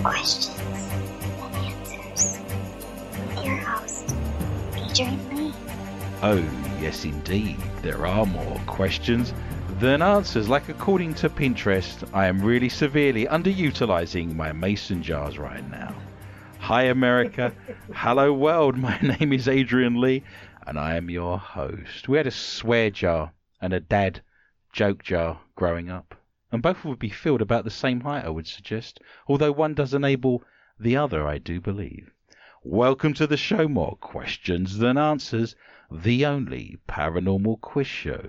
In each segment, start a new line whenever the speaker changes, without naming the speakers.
questions and answers with your host, Adrian Lee.
Oh, yes, indeed. There are more questions than answers. Like, according to Pinterest, I am really severely underutilizing my mason jars right now. Hi, America. Hello, world. My name is Adrian Lee, and I am your host. We had a swear jar and a dad joke jar growing up, and both would be filled about the same height, I would suggest, although one does enable the other, I do believe. Welcome to the show, more questions than answers the only paranormal quiz show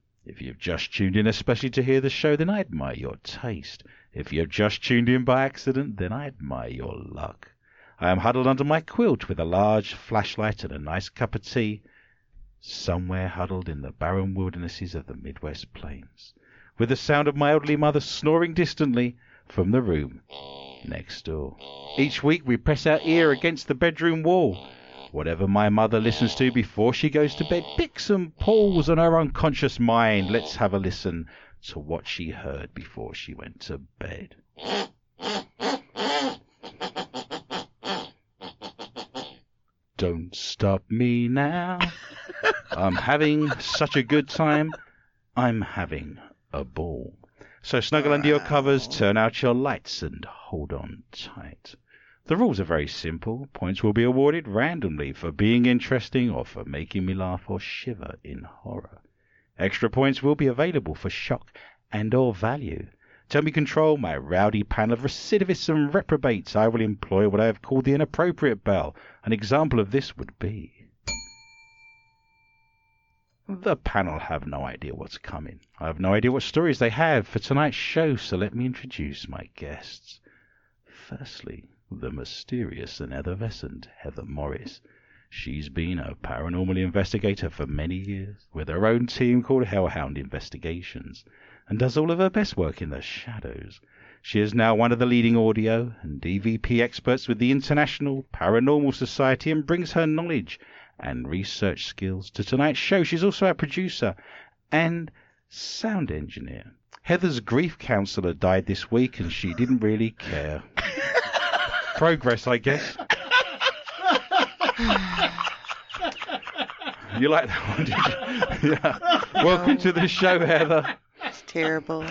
If you've just tuned in especially to hear the show, then I admire your taste. If you've just tuned in by accident, then I admire your luck. I am huddled under my quilt with a large flashlight and a nice cup of tea, somewhere huddled in the barren wildernesses of the Midwest plains, with the sound of my elderly mother snoring distantly from the room next door. Each week we press our ear against the bedroom wall. Whatever my mother listens to before she goes to bed picks and pulls on her unconscious mind. Let's have a listen to what she heard before she went to bed. Don't stop me now. I'm having such a good time. I'm having a ball. So snuggle under your covers, turn out your lights, and hold on tight. The rules are very simple. Points will be awarded randomly for being interesting or for making me laugh or shiver in horror. Extra points will be available for shock and or value. To me control my rowdy panel of recidivists and reprobates, I will employ what I have called the inappropriate bell. An example of this would be the panel have no idea what's coming. I have no idea what stories they have for tonight's show, so let me introduce my guests. Firstly, the mysterious and effervescent Heather Morris. She's been a paranormal investigator for many years, with her own team called Hellhound Investigations, and does all of her best work in the shadows. She is now one of the leading audio and DVP experts with the International Paranormal Society and brings her knowledge and research skills to tonight's show. She's also our producer and sound engineer. Heather's grief counselor died this week and she didn't really care. Progress, I guess. You like that one, did you? Yeah. Welcome to the show, Heather.
It's terrible.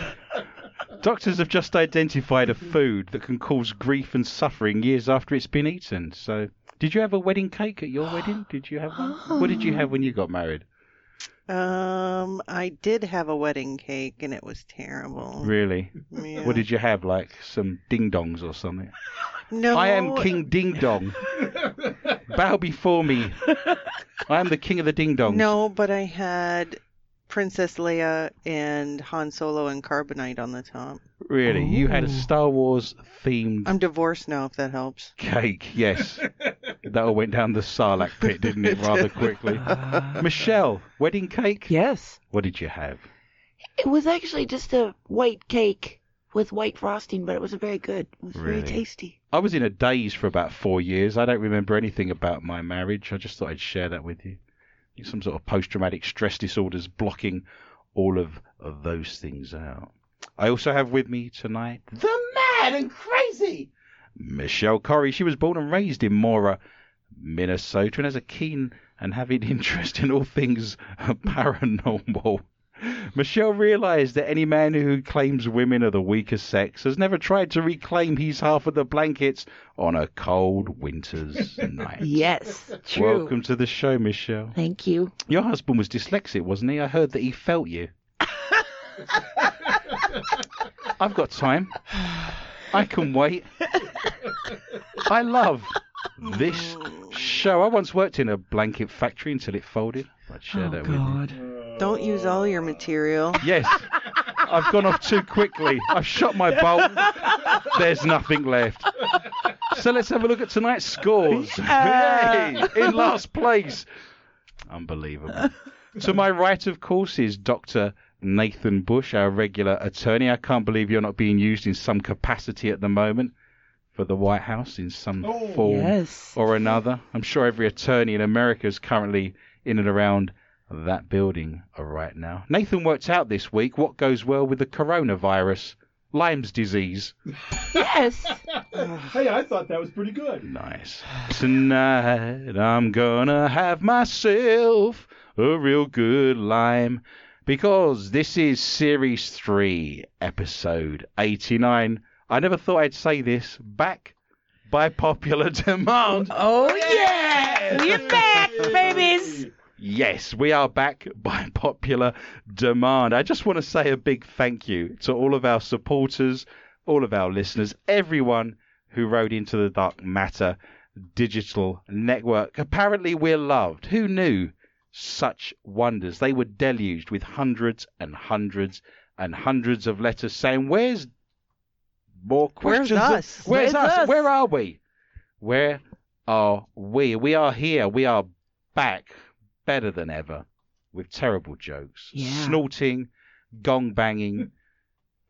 Doctors have just identified a food that can cause grief and suffering years after it's been eaten. So, did you have a wedding cake at your wedding? Did you have one? What did you have when you got married?
Um, I did have a wedding cake and it was terrible.
Really?
Yeah.
What did you have? Like some ding dongs or something?
No,
I am King Ding Dong. Bow before me. I am the king of the ding dongs.
No, but I had Princess Leia and Han Solo and Carbonite on the top.
Really? You had a
Ooh.
Star Wars themed
Oh. I'm divorced now, if that helps.
cake, yes. that all went down the sarlacc pit, didn't it, rather quickly? Ah. Michelle, wedding cake?
yes.
What did you have?
It was actually just a white cake with white frosting, but it was very good. It was
Really?
very tasty.
I was in a daze for about four years. I don't remember anything about my marriage. I just thought I'd share that with you. I think Some sort of post traumatic stress disorders blocking all of, of those things out. I also have with me tonight the mad and crazy Michelle Corrie. She was born and raised in Mora, Minnesota, and has a keen and having interest in all things paranormal. Michelle realized that any man who claims women are the weaker sex has never tried to reclaim his half of the blankets on a cold winter's night.
Yes, true.
Welcome to the show, Michelle.
Thank you.
Your husband was dyslexic, wasn't he? I heard that he felt you. I've got time. I can wait. I love this show. I once worked in a blanket factory until it folded. I'd
Oh,
share that with you.
Don't use all your material.
Yes. I've gone off too quickly. I've shot my bolt. There's nothing left. So let's have a look at tonight's scores.
Yeah.
Hey, in last place. Unbelievable. to my right, of course, is Dr. Nathan Bush, our regular attorney. I can't believe you're not being used in some capacity at the moment for the White House in some
Oh.
form
Yes.
or another. I'm sure every attorney in America is currently in and around that building right now. Nathan worked out this week what goes well with the coronavirus, Lyme's disease.
Yes.
hey, I thought that was pretty good.
Nice. Tonight I'm gonna have myself a real good lime because this is series 3, episode 89. I never thought I'd say this. Back by popular demand.
Oh yeah. We're back, babies.
Yes, we are back by popular demand. I just want to say a big thank you to all of our supporters, all of our listeners, everyone who wrote into the Dark Matter Digital Network. Apparently, we're loved. Who knew such wonders? They were deluged with hundreds and hundreds and hundreds of letters saying, Where's more questions? of-
us?
Where's,
Where's
us?
us?
Where are we? Where are we? We are here. We are back better than ever with terrible jokes,
Yeah.
snorting, gong banging,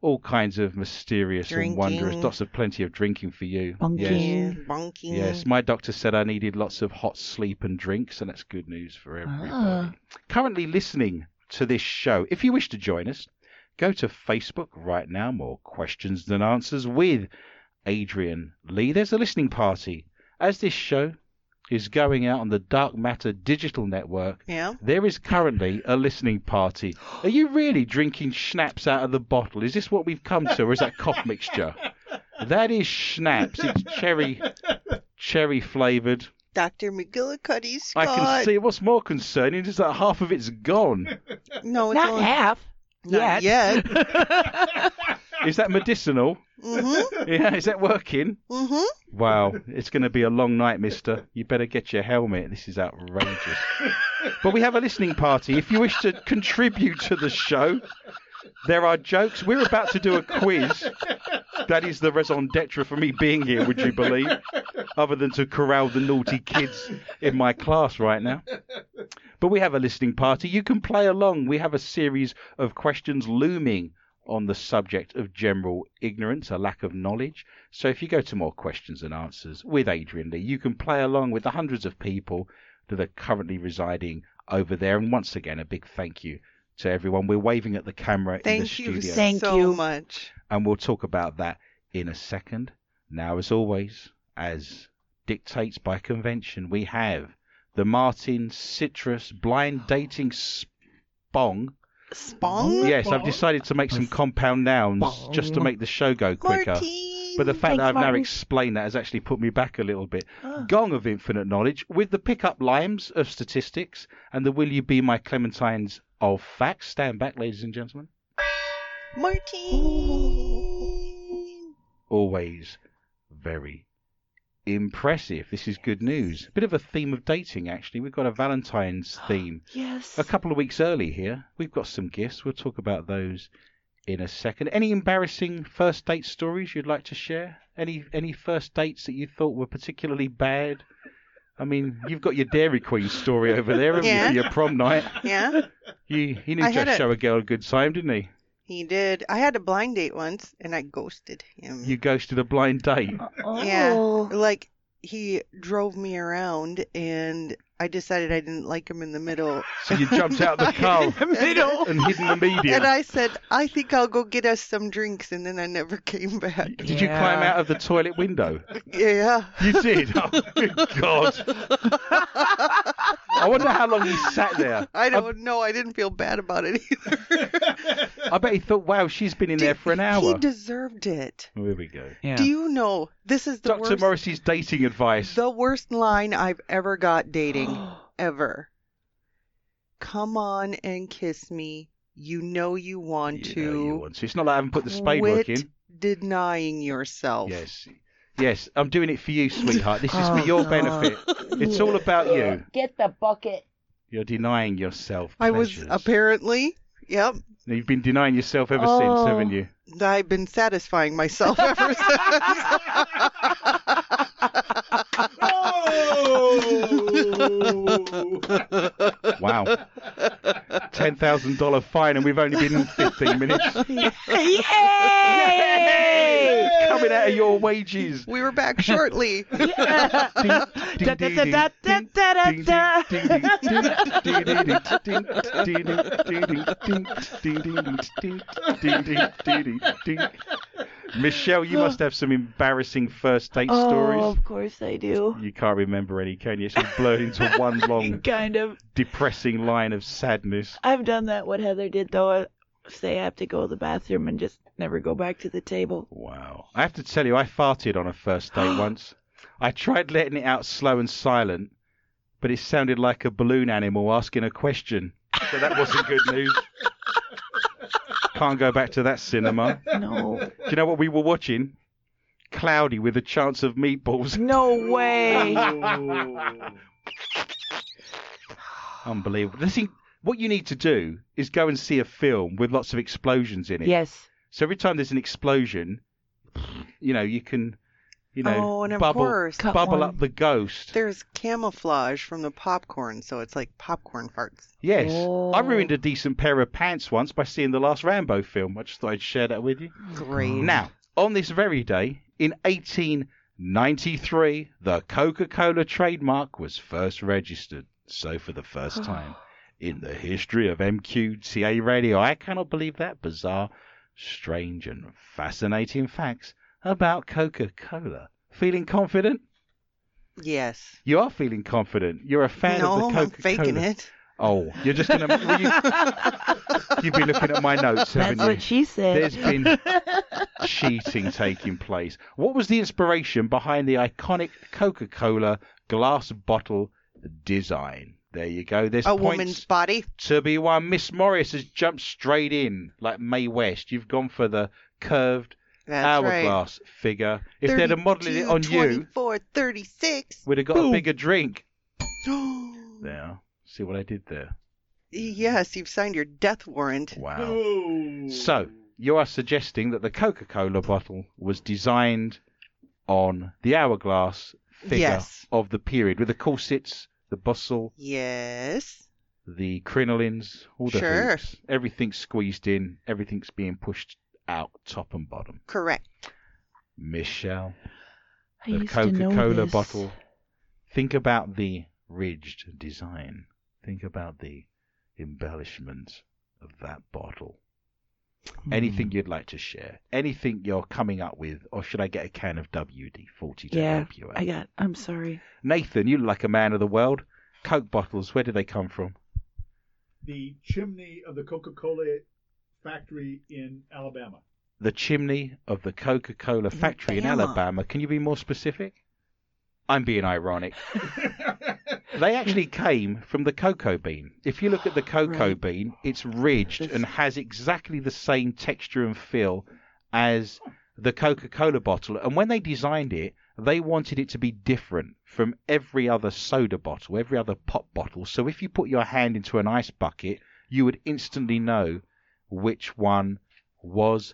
all kinds of mysterious and wondrous.
Drinking.
Lots of plenty of drinking for you. Yes.
Bunking.
Bonking.
Yes, my doctor said I needed lots of hot sleep and drinks, and that's good news for everybody.
Ah.
Currently listening to this show, if you wish to join us, go to Facebook right now, more questions than answers with Adrian Lee. There's a listening party. As this show is going out on the Dark Matter Digital Network,
Yeah.
there is currently a listening party. Are you really drinking schnapps out of the bottle? Is this what we've come to, or is that cough mixture? That is schnapps. It's cherry, cherry flavoured.
Dr. McGillicuddy
I
Scott.
can see. What's more concerning is that half of it's gone.
No, it's
Not
only-
half.
Not
yet.
Is that medicinal?
Mm-hmm.
Yeah, is that working?
Mm-hmm.
Wow, it's going to be a long night, mister. You better get your helmet. This is outrageous. but we have a listening party. If you wish to contribute to the show, there are jokes. We're about to do a quiz. That is the raison d'etre for me being here, would you believe? Other than to corral the naughty kids in my class right now. But we have a listening party. You can play along. We have a series of questions looming on the subject of general ignorance, a lack of knowledge. So if you go to more questions and answers with Adrian Lee, you can play along with the hundreds of people that are currently residing over there. And once again, a big thank you to everyone. We're waving at the camera in the
Thank
studio
you
Thank
so
you.
much.
and we'll talk about that in a second. Now, as always, as dictates by convention, we have the Martin Citrus Blind Dating Spong.
Spong?
Yes, I've decided to make some compound nouns just to
Spong.
make the show go quicker.
Martin.
But the fact
Thanks,
that I've now
Martin.
explained that has actually put me back a little bit.
Ah.
Gong of infinite knowledge with the pickup limes of statistics and the will you be my clementines of facts. Stand back, ladies and gentlemen.
Martin.
always very impressive. This is good news. A bit of a theme of dating, actually. We've got a Valentine's theme
Yes.
a couple of weeks early here. We've got some gifts. We'll talk about those in a second. Any embarrassing first date stories you'd like to share? Any any first dates that you thought were particularly bad? I mean, you've got your Dairy Queen story over there, haven't you,
Yeah.
for your prom night?
Yeah,
You, he
I
needs
had
to
a-
show a girl a good time, didn't he?
he did. I had a blind date once and I ghosted him.
You ghosted a blind date.
Oh.
Yeah. like he drove me around and I decided I didn't like him in the middle.
So you jumped out of the car
middle.
and hidden the media.
And I said, I think I'll go get us some drinks and then I never came back.
Did you climb out of the toilet window?
Yeah.
You did. Oh, good God. I wonder how long he sat there. Uh,
I don't know. I didn't feel bad about it either.
I bet he thought, wow, she's been in there for an hour.
He deserved it.
Here we go.
Yeah.
Do you know this is the
Dr.
worst
Morrissey's dating advice.
the worst line I've ever got dating ever. Come on and kiss me. You know you want
You
to.
know you want to. It's not like I haven't put the spade
Quit
work in.
denying yourself.
Yes. Yes, I'm doing it for you, sweetheart. This is for
Oh,
your
God.
benefit. It's all about you.
Get the bucket.
You're denying yourself.
I was
pleasures.
apparently, yep,
You've been denying yourself ever
Oh.
since, haven't you?
I've been satisfying myself ever since.
oh!
Wow. Ten thousand dollar fine, and we've only been in fifteen minutes.
Yay!
Coming out of your wages.
we were back shortly.
Ding, ding, ding, ding, ding, ding,
Da-da-da-da-da-da.
ding, ding, ding, ding, ding, ding, ding, ding, ding, ding, ding, ding, ding, ding, ding, ding, ding. Michelle, you must have some embarrassing first date
Oh,
stories.
of course I do.
You can't remember any, can you? It's all blurred into one long,
Kind of.
depressing line of sadness.
I've done that. What Heather did though, I say I have to go to the bathroom and just never go back to the table.
Wow. I have to tell you, I farted on a first date once. I tried letting it out slow and silent, but it sounded like a balloon animal asking a question. So that wasn't good news. Can't go back to that cinema.
No.
Do you know what we were watching? Cloudy with a chance of meatballs.
No way.
Unbelievable. The thing, what you need to do is go and see a film with lots of explosions in it.
yes.
So every time there's an explosion, you know, you can, you know,
oh, and of
bubble,
course,
Cut
bubble
one.
up the ghost.
there's camouflage from the popcorn, so it's like popcorn farts.
Yes. I
Oh.
ruined a decent pair of pants once by seeing the last Rambo film. I just thought I'd share that with you.
Great.
Now, on this very day, in 1893, the Coca Cola trademark was first registered. So, for the first time in the history of MQTA radio, I cannot believe that bizarre, strange, and fascinating facts about Coca Cola. Feeling confident?
Yes.
You are feeling confident. You're a fan
no,
of the
I'm
Coca Cola.
faking it.
Oh, you're just gonna. well, you, have been looking at my notes, haven't
Oh. That's what
you?
she said.
There's been cheating taking place. What was the inspiration behind the iconic Coca-Cola glass bottle design? There you go. There's
A
points
woman's body.
to be won. Miss Morris has jumped straight in like Mae West. You've gone for the curved
That's right.
hourglass figure. If they'd have modeled it on you,
24, 36.
we'd have got a bigger drink.
you.
There. See what I did there?
yes, you've signed your death warrant.
Wow. So, you are suggesting that the Coca Cola bottle was designed on the hourglass figure
Yes.
of the period with the corsets, the bustle,
Yes.
the crinolines, all the
Sure.
hoops. everything's squeezed in, everything's being pushed out top and bottom.
Correct.
Michelle,
I
the
used to know
Coca Cola
this.
bottle. Think about the ridged design. Think about the embellishment of that bottle.
Hmm.
Anything you'd like to share? Anything you're coming up with? Or should I get a can of WD 40 to
Yeah,
help you out?
I got. I'm sorry.
Nathan, you look like a man of the world. Coke bottles, where do they come from?
the chimney of the Coca-Cola factory in Alabama.
The chimney of the Coca Cola factory in
Alabama.
Alabama. Can you be more specific? I'm being ironic. they actually came from the cocoa bean. If you look at the cocoa
Right.
bean, it's ridged
This-
and has exactly the same texture and feel as the Coca Cola bottle. And when they designed it, they wanted it to be different from every other soda bottle, every other pop bottle. So if you put your hand into an ice bucket, you would instantly know which one was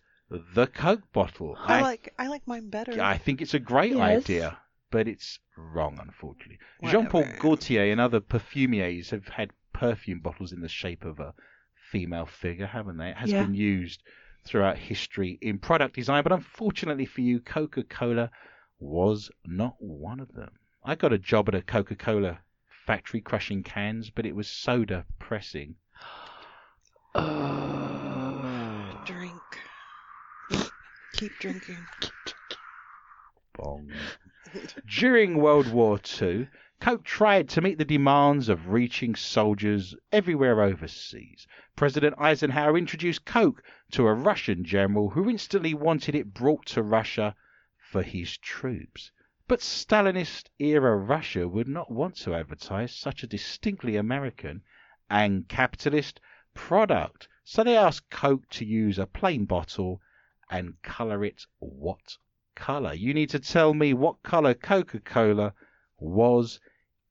the Coke bottle.
Oh,
I, like I like mine better.
I think it's a great
Yes.
idea, but it's wrong, unfortunately. Jean Paul
Whatever.
Gaultier and other perfumiers have had perfume bottles in the shape of a female figure, haven't they? It has
Yeah.
been used throughout history in product design, but unfortunately for you, Coca Cola was not one of them. I got a job at a Coca Cola factory crushing cans, but it was soda pressing.
Drink. Keep drinking.
Bong. During World War II, Coke tried to meet the demands of reaching soldiers everywhere overseas. President Eisenhower introduced Coke to a Russian general who instantly wanted it brought to Russia for his troops. But Stalinist era Russia would not want to advertise such a distinctly American and capitalist product, so they asked Coke to use a plain bottle and colour it what colour? You need to tell me what colour Coca Cola was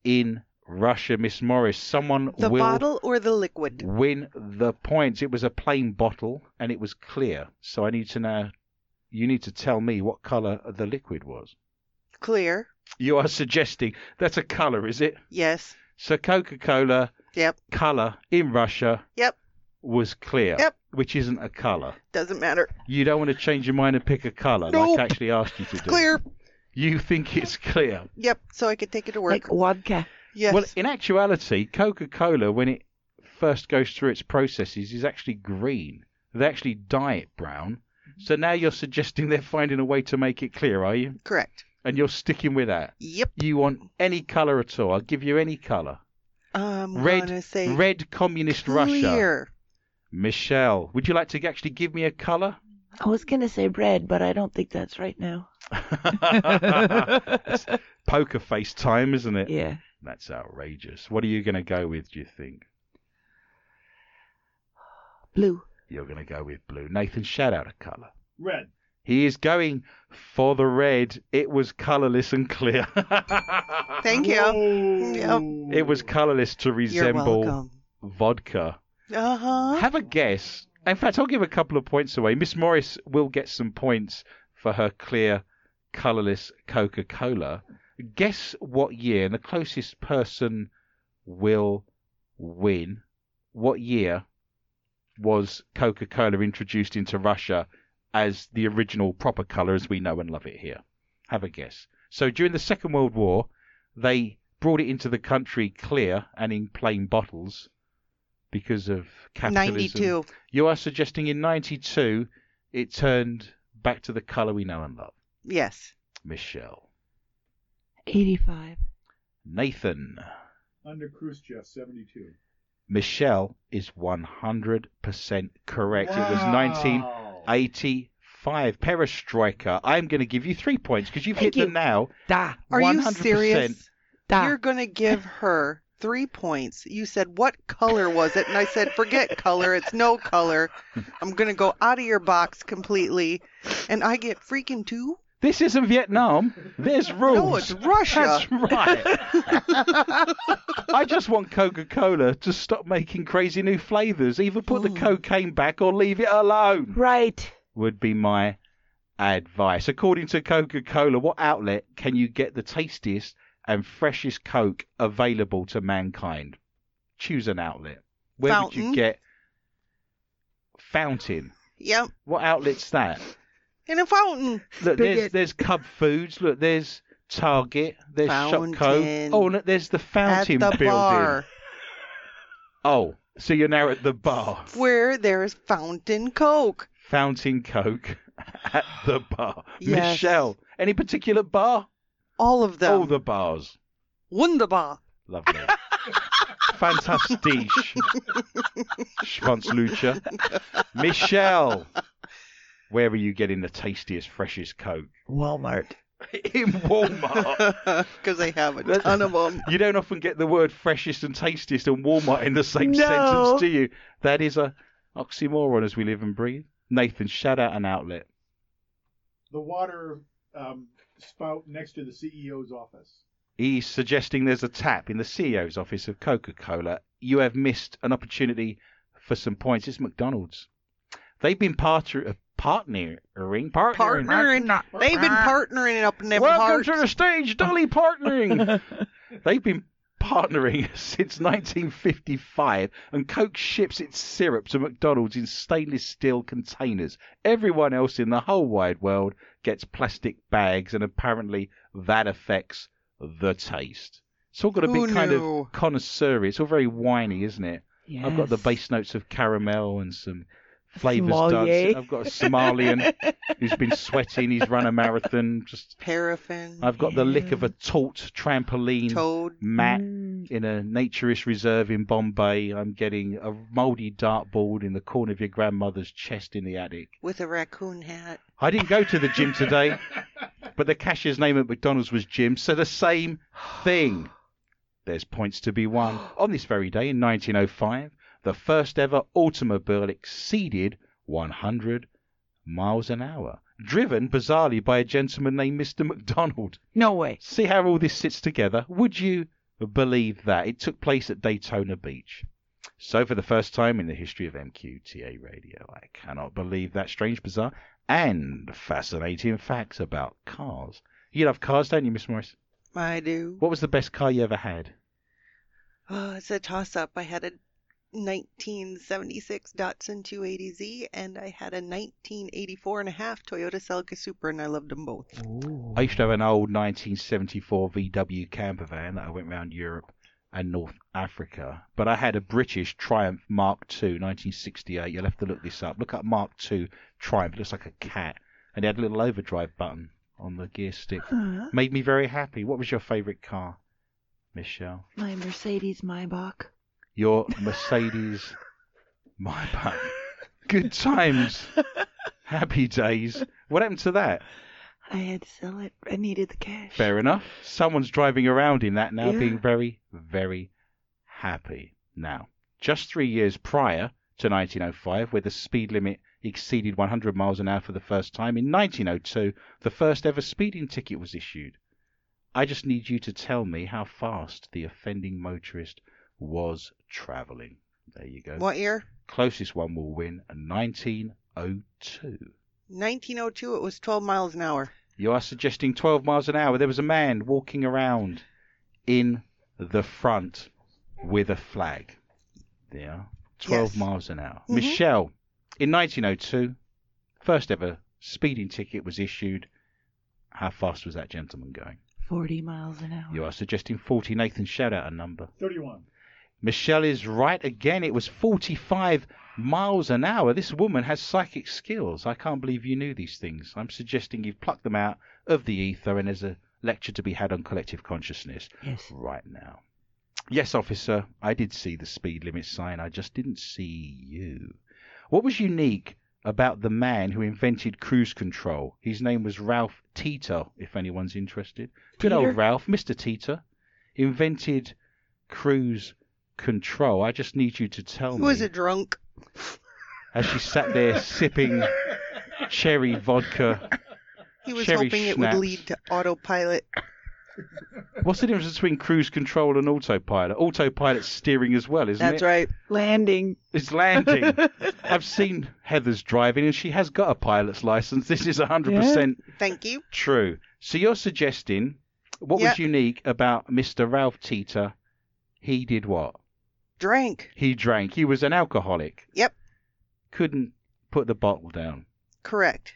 in Russia, Miss Morris. Someone
The
will
bottle or the liquid?
win the points. It was a plain bottle and it was clear, so I need to know. You need to tell me what colour the liquid was.
Clear.
You are suggesting that's a colour, is it?
Yes.
So Coca Cola
Yep.
colour in Russia
Yep.
was clear,
Yep.
which isn't a colour.
Doesn't matter.
You don't want to change your mind and pick a colour like
Nope.
I actually asked you to do.
Clear.
You think it's clear.
Yep. So I could take it to work.
Like vodka.
yes.
Well, in actuality, Coca Cola, when it first goes through its processes, is actually green. They actually dye it brown.
Mm-hmm.
So now you're suggesting they're finding a way to make it clear, are you?
Correct.
And you're sticking with that.
Yep.
You want any colour at all. I'll give you any colour.
I'm gonna
Red,
say
red communist Russia.
clear.
Michelle, would you like to actually give me a colour?
I was gonna say bread, but I don't think that's right now.
It's poker face time, isn't it?
Yeah.
That's outrageous. What are you going to go with, do you think?
Blue.
You're going to go with blue. Nathan, shout out a colour.
Red.
He is going for the red. It was colourless and clear.
Thank you.
Oh. Whoa.
It was colourless to
You're
resemble
welcome.
vodka.
Uh huh.
Have a guess. In fact, I'll give a couple of points away. Miss Morris will get some points for her clear, colourless Coca Cola. Guess what year, and the closest person will win. What year was Coca Cola introduced into Russia as the original proper colour as we know and love it here? Have a guess. So during the Second World War, they brought it into the country clear and in plain bottles because of capitalism.
Ninety-two.
You are suggesting in 92 it turned back to the colour we know and love.
Yes.
Michelle.
Eighty-five.
Nathan.
Under Khrushchev, 72.
Michelle is 100% correct. It was
Wow.
1985. Perestroika. I'm going to give you three points because you've
Thank
hit the
you.
now.
Da.
Are you
100%.
serious?
Da.
You're gonna give her three points. You said what color was it, and I said forget color. It's no color. I'm gonna go out of your box completely, and I get freaking two.
This isn't Vietnam. There's rules.
No, it's Russia.
That's right. I just want Coca Cola to stop making crazy new flavours. Either put the cocaine back or leave it alone.
Right.
would be my advice. According to Coca Cola, what outlet can you get the tastiest and freshest Coke available to mankind? Choose an outlet. Where would
Fountain.
you get Fountain?
Yep.
What outlet's that?
In a fountain.
Look, there's
Spigot.
there's Cub Foods. Look, there's Target. There's Shopco.
Fountain.
Oh, look, there's the Fountain
at the
building.
bar
Oh, so you're now at the bar.
where there's fountain coke.
Fountain Coke at the bar.
Yes.
Michelle, any particular bar?
All of them.
All Oh, the bars.
Wunderbar.
Lovely. Fantastisch. Schwanzlucher. Michelle, where are you getting the tastiest, freshest Coke?
Walmart.
In Walmart.
Because I have a ton of them.
You don't often get the word freshest and tastiest and Walmart in the same
No.
sentence, do you? That is a oxymoron as we live and breathe. Nathan, shout out an outlet.
The water um, spout next to the CEO's office.
He's suggesting there's a tap in the CEO's office of Coca Cola. You have missed an opportunity for some points. It's McDonald's. They've been parter, uh, partnering. Partnering.
Partnering. They've been partnering up in them
Welcome
hearts.
to the stage, Dolly Partnering. They've been partnering since 1955, and Coke ships its syrup to McDonald's in stainless steel containers. Everyone else in the whole wide world gets plastic bags, and apparently that affects the taste. It's all got a
Who
big kind
knew?
of connoisseur. It's all very winey, isn't it? I've got the
Yes.
base notes of caramel and some Flavors
Sommelier.
does. I've got a Somalian who's been sweating. He's run a marathon. Just
Paraffin,
I've got the lick of a taut trampoline
toad.
mat
Mm.
in a naturist reserve in Bombay. I'm getting a mouldy dartboard in the corner of your grandmother's chest in the attic.
with a raccoon hat.
I didn't go to the gym today, but the cashier's name at McDonald's was Jim, so the same thing. There's points to be won. On this very day in 1905, the first ever automobile exceeded 100 miles an hour, driven bizarrely by a gentleman named Mr. McDonald.
No way.
See how all this sits together? Would you believe that? It took place at Daytona Beach. So, for the first time in the history of MQTA radio, I cannot believe that strange, bizarre, and fascinating facts about cars. You love cars, don't you, Miss Morris?
I do.
What was the best car you ever had?
Oh, it's a toss up. I had a 1976 Datsun 280Z and I had a 1984 and a half Toyota Celica Super, and I loved them both.
I used to have an old 1974 VW camper van that I went round Europe and North Africa, but I had a British Triumph Mark II, 1968. You'll have to look this up. Look up Mark II Triumph. It looks like a cat, and it had a little overdrive button on the gear stick.
Huh.
Made me very happy. What was your favourite car, Michelle?
My Mercedes Maybach.
Your Mercedes Maybach. Good times, happy days. What happened to that?
I had to sell it. I needed the cash.
Fair enough. Someone's driving around in that now,
Yeah.
being very, very happy. Now, just three years prior to 1905, where the speed limit exceeded 100 miles an hour for the first time, in 1902, the first ever speeding ticket was issued. I just need you to tell me how fast the offending motorist was travelling. There you go.
What year?
Closest one will win 1902.
1902, it was 12 miles an hour.
You are suggesting 12 miles an hour. There was a man walking around in the front with a flag. Yeah. 12
Yes.
miles an hour.
Mhm.
Michelle, in 1902, first ever speeding ticket was issued. How fast was that gentleman going?
40 miles an hour.
You are suggesting 40. Nathan, shout out a number.
31.
Michelle is right again. It was 45 miles an hour. This woman has psychic skills. I can't believe you knew these things. I'm suggesting you've plucked them out of the ether and there's a lecture to be had on collective consciousness
Yes.
right now. Yes, officer, I did see the speed limit sign. I just didn't see you. What was unique about the man who invented cruise control? His name was Ralph Teeter, if anyone's interested. Good old
Teeter?
Ralph, Mr. Teeter, invented cruise control. I just need you to tell
He
me
was a drunk.
as she sat there sipping cherry vodka.
He was
Cherry
hoping it would
schnapps.
lead to autopilot.
What's the difference between cruise control and autopilot? Autopilot's steering as well, isn't
That's
it?
right.
Landing.
It's landing. I've seen Heather's driving, and she has got a pilot's license. This is 100%
Thank you.
true. So you're suggesting what
Yeah.
was unique about Mr. Ralph Teeter? He did what?
Drank.
He drank. He was an alcoholic.
Yep.
Couldn't put the bottle down.
Correct.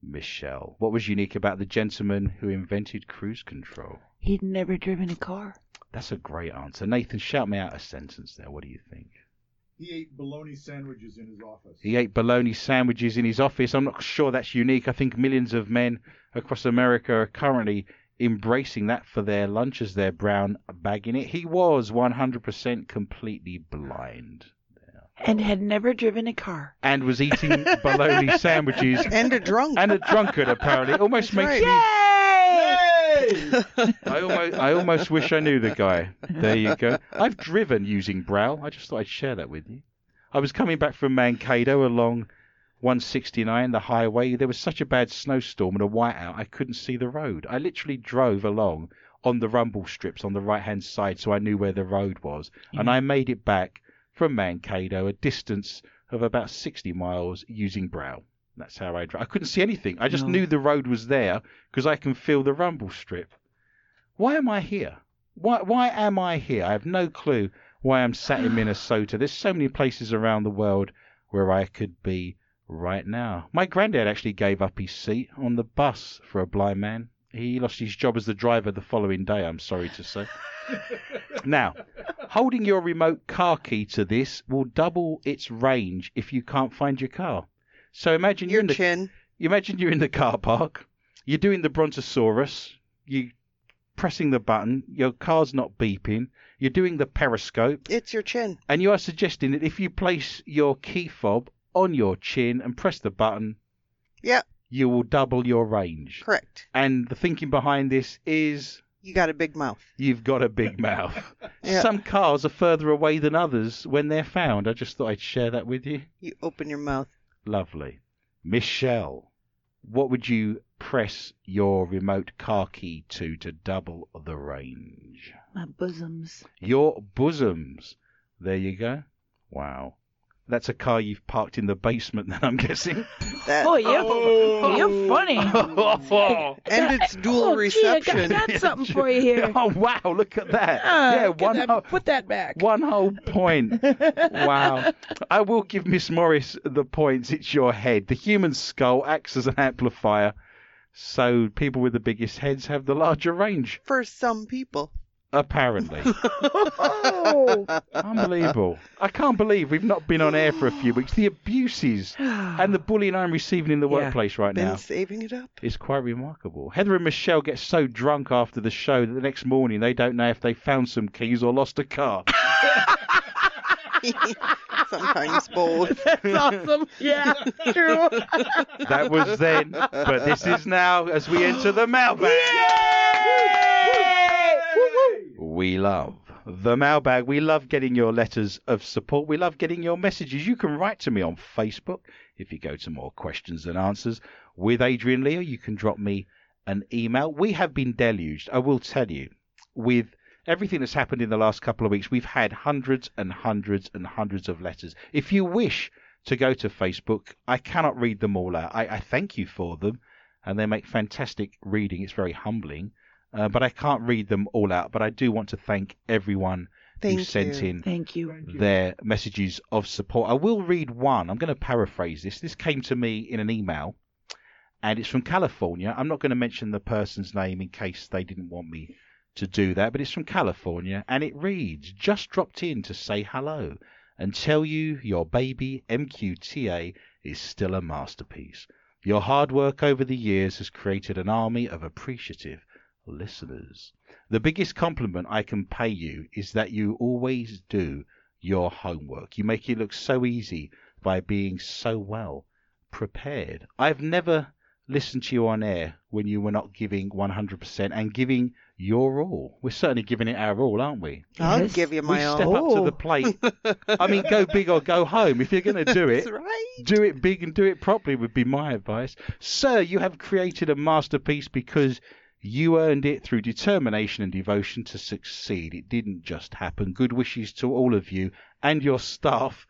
Michelle, what was unique about the gentleman who invented cruise control?
He'd never driven a car.
That's a great answer. Nathan, shout me out a sentence there. What do you think?
He ate bologna sandwiches in his office.
He ate bologna sandwiches in his office. I'm not sure that's unique. I think millions of men across America are currently embracing that for their lunch as their brown bagging it. He was 100% completely blind
And had never driven a car.
and was eating bologna sandwiches
And a drunk.
and a drunkard apparently. Almost
That's
makes
right.
me
Hey!
I almost, I almost wish I knew the guy. There you go. I've driven using Brow. I just thought I'd share that with you. I was coming back from Mankato along 169, the highway. There was such a bad snowstorm and a whiteout, I couldn't see the road. I literally drove along on the rumble strips on the right hand side so I knew where the road was. And I made it back from Mankato, a distance of about 60 miles, using Brow. That's how I drove. I couldn't see anything. I just
No.
knew the road was there because I can feel the rumble strip. Why am I here? Why why am I here? I have no clue why I'm sat in Minnesota. There's so many places around the world where I could be right now. My granddad actually gave up his seat on the bus for a blind man. He lost his job as the driver the following day, I'm sorry to say. now, holding your remote car key to this will double its range if you can't find your car. So imagine you're
Your
in the
chin.
you imagine you're in the car park, you're doing the Brontosaurus, you pressing the button, your car's not beeping, you're doing the periscope,
It's your chin.
and you are suggesting that if you place your key fob on your chin and press the button,
Yep.
you will double your range.
Correct.
And the thinking behind this is
You got a big mouth.
you've got a big mouth.
Yeah.
Some cars are further away than others when they're found. I just thought I'd share that with you.
You open your mouth.
Lovely. Michelle, what would you press your remote car key to to double the range?
My bosoms.
Your bosoms. There you go. Wow. That's a car you've parked in the basement, then I'm guessing.
That
Oh, yeah.
Oh.
You're funny.
and it's dual
oh, Gee, I
reception.
got, got something for you here.
Oh wow! Look at that.
Ah,
yeah,
look at
one
that.
whole,
Put that back.
one whole point. wow. I will give Miss Morris the points. It's your head. The human skull acts as an amplifier, so people with the biggest heads have the larger range,
For some people.
apparently.
Oh.
Unbelievable. I can't believe we've not been on air for a few weeks. The abuses and the bullying I'm receiving in the
Yeah.
workplace right
Been
now
saving it up.
is quite remarkable. Heather and Michelle get so drunk after the show that the next morning they don't know if they found some keys or lost a car.
Sometimes both.
That's awesome. Yeah, true.
That was then, but this is now as we enter the mailbag. We love the mailbag. We love getting your letters of support. We love getting your messages. You can write to me on Facebook if you go to more questions than answers with Adrian Lee, or you can drop me an email. We have been deluged, I will tell you, with everything that's happened in the last couple of weeks. We've had hundreds and hundreds and hundreds of letters. If you wish to go to Facebook, I cannot read them all out. I, I thank you for them, and they make fantastic reading. It's very humbling. Uh, but I can't read them all out. But I do want to thank everyone
Thank
who sent
you.
in
Thank you.
Thank you.
their messages of support. I will read one. I'm going to paraphrase this. This came to me in an email, and it's from California. I'm not going to mention the person's name in case they didn't want me to do that, but it's from California, and it reads Just dropped in to say hello and tell you your baby MQTA is still a masterpiece. Your hard work over the years has created an army of appreciative listeners. The biggest compliment I can pay you is that you always do your homework. You make it look so easy by being so well prepared. I've never listened to you on air when you were not giving 100% and giving your all. We're certainly giving it our all, aren't we?
I'll
Yes.
give you
we
my
step
own.
up to the plate. I mean, go big or go home. If you're going to do it,
That's right.
do it big and do it properly would be my advice. Sir, you have created a masterpiece because you earned it through determination and devotion to succeed. It didn't just happen. Good wishes to all of you and your staff.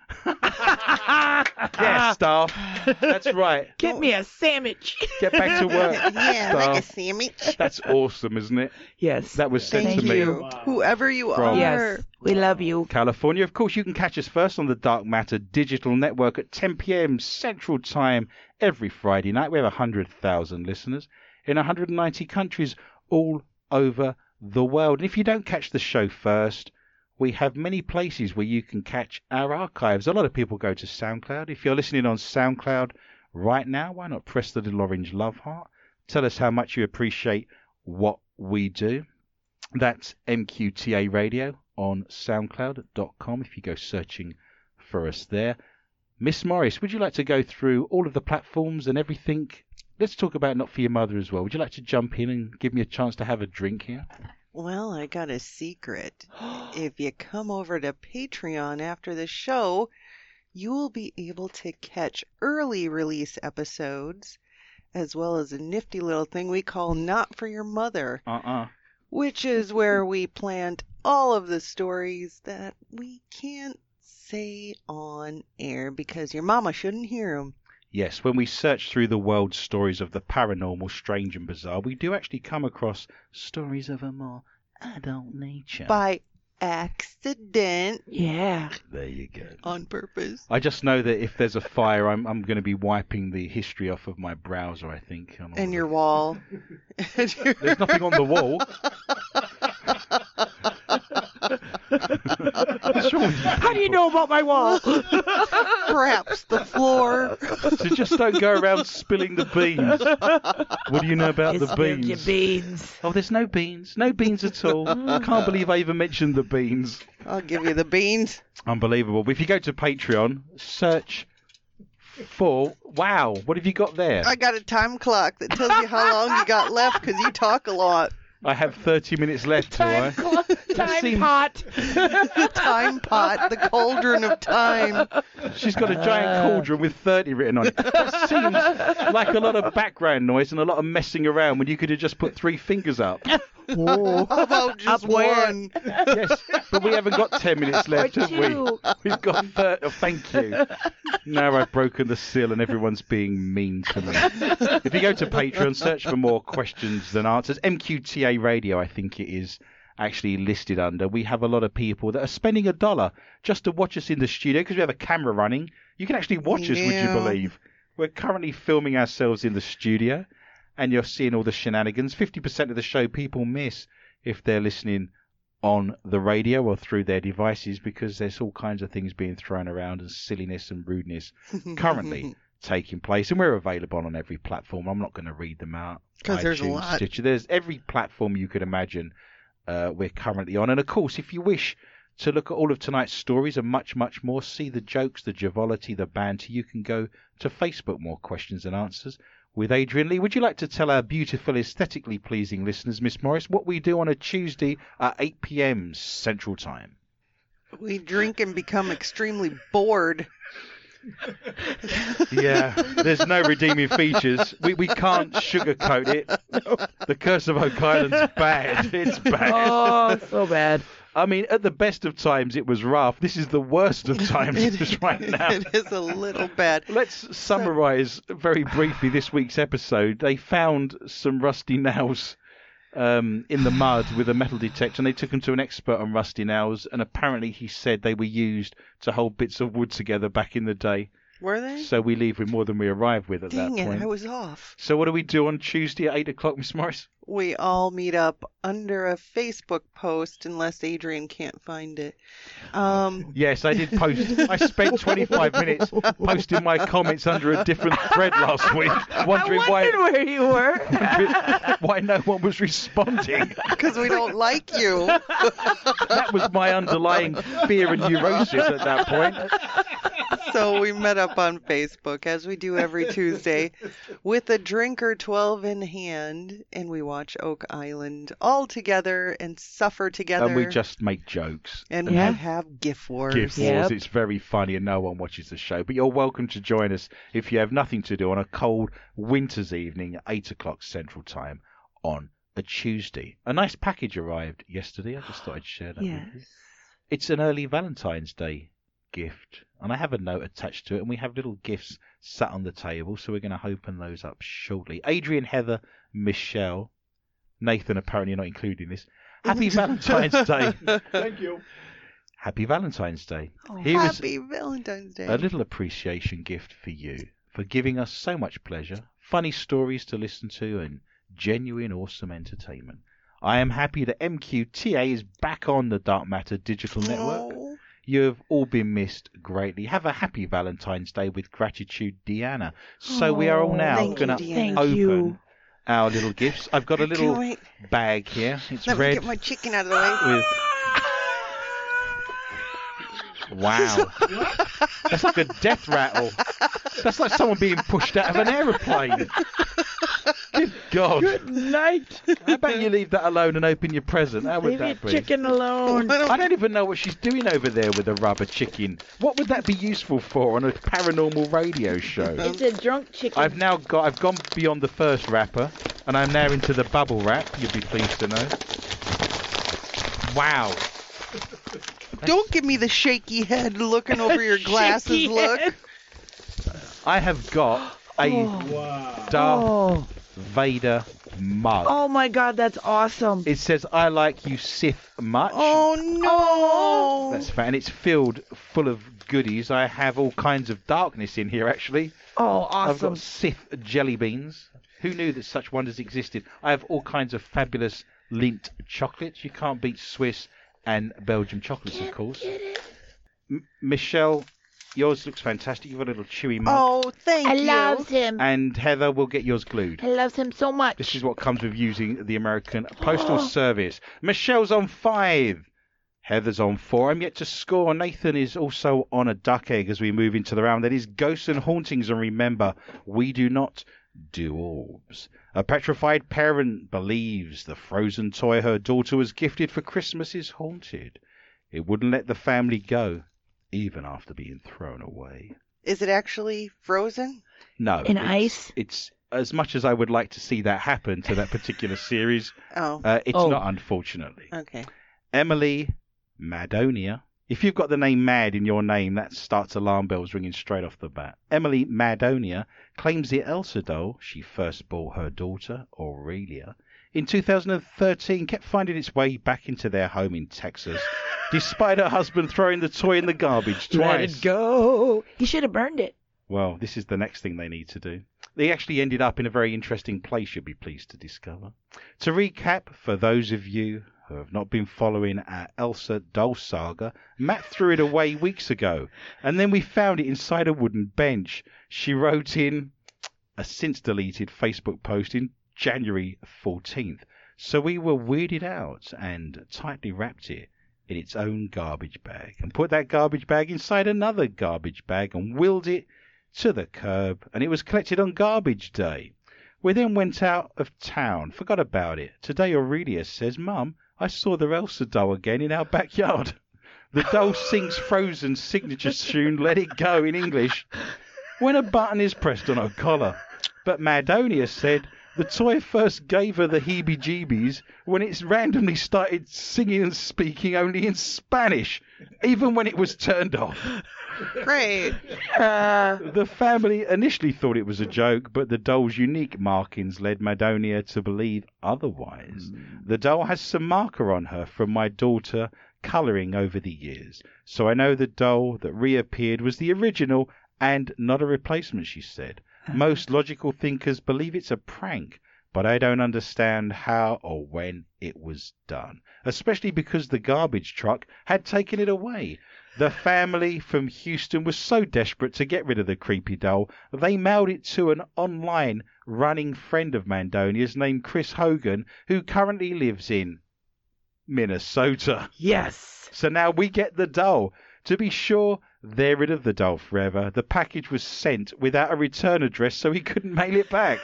yeah, staff. That's right.
Get me a sandwich.
Get back to work.
Yeah,
staff.
like a sandwich.
That's awesome, isn't it?
Yes.
That was sent
Thank
to me.
you.
Wow.
Whoever you
From-
are.
yes. We love you.
California. Of course, you can catch us first on the Dark Matter Digital Network at 10 p.m. Central Time every Friday night. We have 100,000 listeners in 190 countries all over the world. And if you don't catch the show first, we have many places where you can catch our archives. A lot of people go to SoundCloud. If you're listening on SoundCloud right now, why not press the little orange love heart? Tell us how much you appreciate what we do. That's MQTA Radio on SoundCloud.com if you go searching for us there. Miss Morris, would you like to go through all of the platforms and everything? Let's talk about Not For Your Mother as well. Would you like to jump in and give me a chance to have a drink here?
Well, I got a secret. if you come over to Patreon after the show, you will be able to catch early release episodes, as well as a nifty little thing we call Not For Your Mother,
Uh uh
which is where we plant all of the stories that we can't say on air because your mama shouldn't hear 'em.
Yes, when we search through the world's stories of the paranormal, strange, and bizarre, we do actually come across stories of a more adult nature.
By accident
Yeah.
There you go.
on purpose.
I just know that if there's a fire, I'm I'm going to be wiping the history off of my browser. I think. on all
And
the-
your wall. And your-
There's nothing on the wall. What's wrong with you?
How do you know about my wall?
Perhaps the floor.
So just don't go around spilling the beans. What do you know about
You
the
spilled your
beans?
beans.
Oh, there's no beans. No beans at all. I can't believe I even mentioned the beans.
I'll give you the beans.
Unbelievable. But if you go to Patreon, search for. Wow, what have you got there?
I got a time clock that tells you how long you got left because you talk a lot.
I have 30 minutes left, do I?
Time, clo- time
seems-
pot.
The time pot, the cauldron of time.
She's got a giant cauldron with 30 written on it. That seems like a lot of background noise and a lot of messing around when you could have just put three fingers up.
How about just
Up where?
one?
Yes, but we haven't got 10 minutes left,
Or
have we?
two.
We've got 30. Oh, thank you. Now I've broken the seal and everyone's being mean to me. If you go to Patreon, search for more questions than answers. MQTA Radio, I think it is actually listed under. We have a lot of people that are spending a dollar just to watch us in the studio because we have a camera running. You can actually watch us, would you
Yeah.
believe? We're currently filming ourselves in the studio and you're seeing all the shenanigans. 50% of the show people miss if they're listening on the radio or through their devices because there's all kinds of things being thrown around and silliness and rudeness currently
Mm-hmm.
taking place. And we're available on every platform. I'm not going to read them out.
'Cause there's a
iTunes,
lot.
Stitcher. There's every platform you could imagine uh, we're currently on. And of course, if you wish to look at all of tonight's stories and much, much more, see the jokes, the joviality, the banter, you can go to Facebook More Questions and Answers with Adrian Lee. Would you like to tell our beautiful, aesthetically pleasing listeners, Miss Morris, what we do on a Tuesday at 8 p.m. Central Time?
We drink and become extremely bored.
Yeah, there's no redeeming features. We we can't sugarcoat it. The Curse of Oak Island's bad. It's bad.
Oh, so bad.
I mean, at the best of times, it was rough. This is the worst of times
It-
just right now.
It is a little bad.
Let's summarise very briefly this week's episode. They found some rusty nails um, in the mud with a metal detector, and they took them to an expert on rusty nails. And apparently, he said they were used to hold bits of wood together back in the day.
Were they?
So we leave with more than we arrive with at
Dang
that
it,
point.
I was off.
So what do we do on Tuesday at eight o'clock, Miss Morris?
We all meet up under a Facebook post unless Adrian can't find it. Um,
Yes, I did post. I spent 25 minutes posting my comments under a different thread last week, wondering
I
why
wondered where you were.
why no one was responding.
because we don't like you.
That was my underlying fear and neurosis at that point.
So we met up on Facebook as we do every Tuesday with a drink or 12 in hand and we watch Oak Island all together and suffer together.
And we just make jokes.
and we
Yeah.
have gift wars.
Gift
Yeah.
wars.
Yep.
It's very funny, and no one watches the show. But you're welcome to join us if you have nothing to do on a cold winter's evening at eight o'clock Central Time on a Tuesday. A nice package arrived yesterday. I just thought I'd share that. with you.
yes.
it's an early Valentine's Day gift, and I have a note attached to it, and we have little gifts sat on the table, so we're going to open those up shortly. Adrian, Heather, Michelle, Nathan, apparently not included in this. Happy Valentine's Day!
Thank you.
Happy Valentine's Day!
Oh,
Here is
Happy Valentine's Day.
a little appreciation gift for you for giving us so much pleasure, funny stories to listen to, and genuine awesome entertainment. I am happy that MQTA is back on the Dark Matter Digital Network.
Oh,
You have all been missed greatly. Have a happy Valentine's Day with gratitude, Deanna. So we are all now
thank you,
going to
Deanna.
Oh, Thank
open
you.
our little gifts. I've got a
Can't
little
wait.
bag here. It's
Let me
red Oh.
get my chicken out of the way.
with. Wow. That's like a death rattle. That's like someone being pushed out of an aeroplane. Good God.
Good night.
How about you leave that alone and open your present? How would
Leave your
that be?
chicken alone.
I don't even know what she's doing over there with a rubber chicken. What would that be useful for on a paranormal radio show?
It's a drunk chicken.
I've now got I've gone beyond the first wrapper and I'm now into the bubble wrap, you'd be pleased to know. Wow.
Don't give me the shaky head looking over your glasses
Shaky
look.
head.
I have got a
Oh.
Wow.
dark
Oh.
Vader mug.
Oh my god, that's awesome.
It says, I like you Sith much.
Oh no!
That's fat, and it's filled full of goodies. I have all kinds of darkness in here, actually.
Oh,
I've
awesome.
got Sith jelly beans. Who knew that such wonders existed? I have all kinds of fabulous lint chocolates. You can't beat Swiss and Belgium chocolates, of course.
Get it?
M- Michelle, yours looks fantastic. You've got a little chewy mug.
Oh, thank
I
you.
loves him.
And Heather will get yours glued.
I loves him so much.
This is what comes with using the American Postal Service. Michelle's on five. Heather's on four. I'm yet to score. Nathan is also on a duck egg as we move into the round. That is ghosts and hauntings. And remember, we do not do orbs. A petrified parent believes the frozen toy her daughter was gifted for Christmas is haunted. It wouldn't let the family go, even after being thrown away.
Is it actually frozen?
No.
In
it's-
ice?
It's as much as I would like to see that happen to that particular series.
Oh,
Uh, it's
Oh.
not, unfortunately.
okay.
Emily Madonia. If you've got the name Mad in your name, that starts alarm bells ringing straight off the bat. Emily Madonia claims the Elsa doll she first bought her daughter, Aurelia, in 2013 kept finding its way back into their home in Texas, despite her husband throwing the toy in the garbage twice.
Let it go. He should have burned it.
Well, this is the next thing they need to do. They actually ended up in a very interesting place, you'll be pleased to discover. To recap, for those of you who have not been following our Elsa doll saga, Matt threw it away weeks ago, and then we found it inside a wooden bench. She wrote in a since deleted Facebook post in January 14th, so we were weirded out and tightly wrapped it in its own garbage bag and put that garbage bag inside another garbage bag and wheeled it to the curb, and it was collected on garbage day. We then went out of town, forgot about it. Today Aurelia says, Mum, I saw the Elsa doll again in our backyard. The doll sings Frozen's signature tune, Let It Go, in English, when a button is pressed on her collar. But Madonia said, the toy first gave her the heebie jeebies when it randomly started singing and speaking only in Spanish, even when it was turned off.
Great. Uh,
The family initially thought it was a joke, but the doll's unique markings led Madonia to believe otherwise. The doll has some marker on her from my daughter colouring over the years, so I know the doll that reappeared was the original and not a replacement, she said. Most logical thinkers believe it's a prank, but I don't understand how or when it was done, especially because the garbage truck had taken it away. The family from Houston was so desperate to get rid of the creepy doll, they mailed it to an online running friend of Mandonia's named Chris Hogan, who currently lives in Minnesota.
Yes.
So now we get the doll. To be sure, they're rid of the doll forever. The package was sent without a return address, so he couldn't mail it back.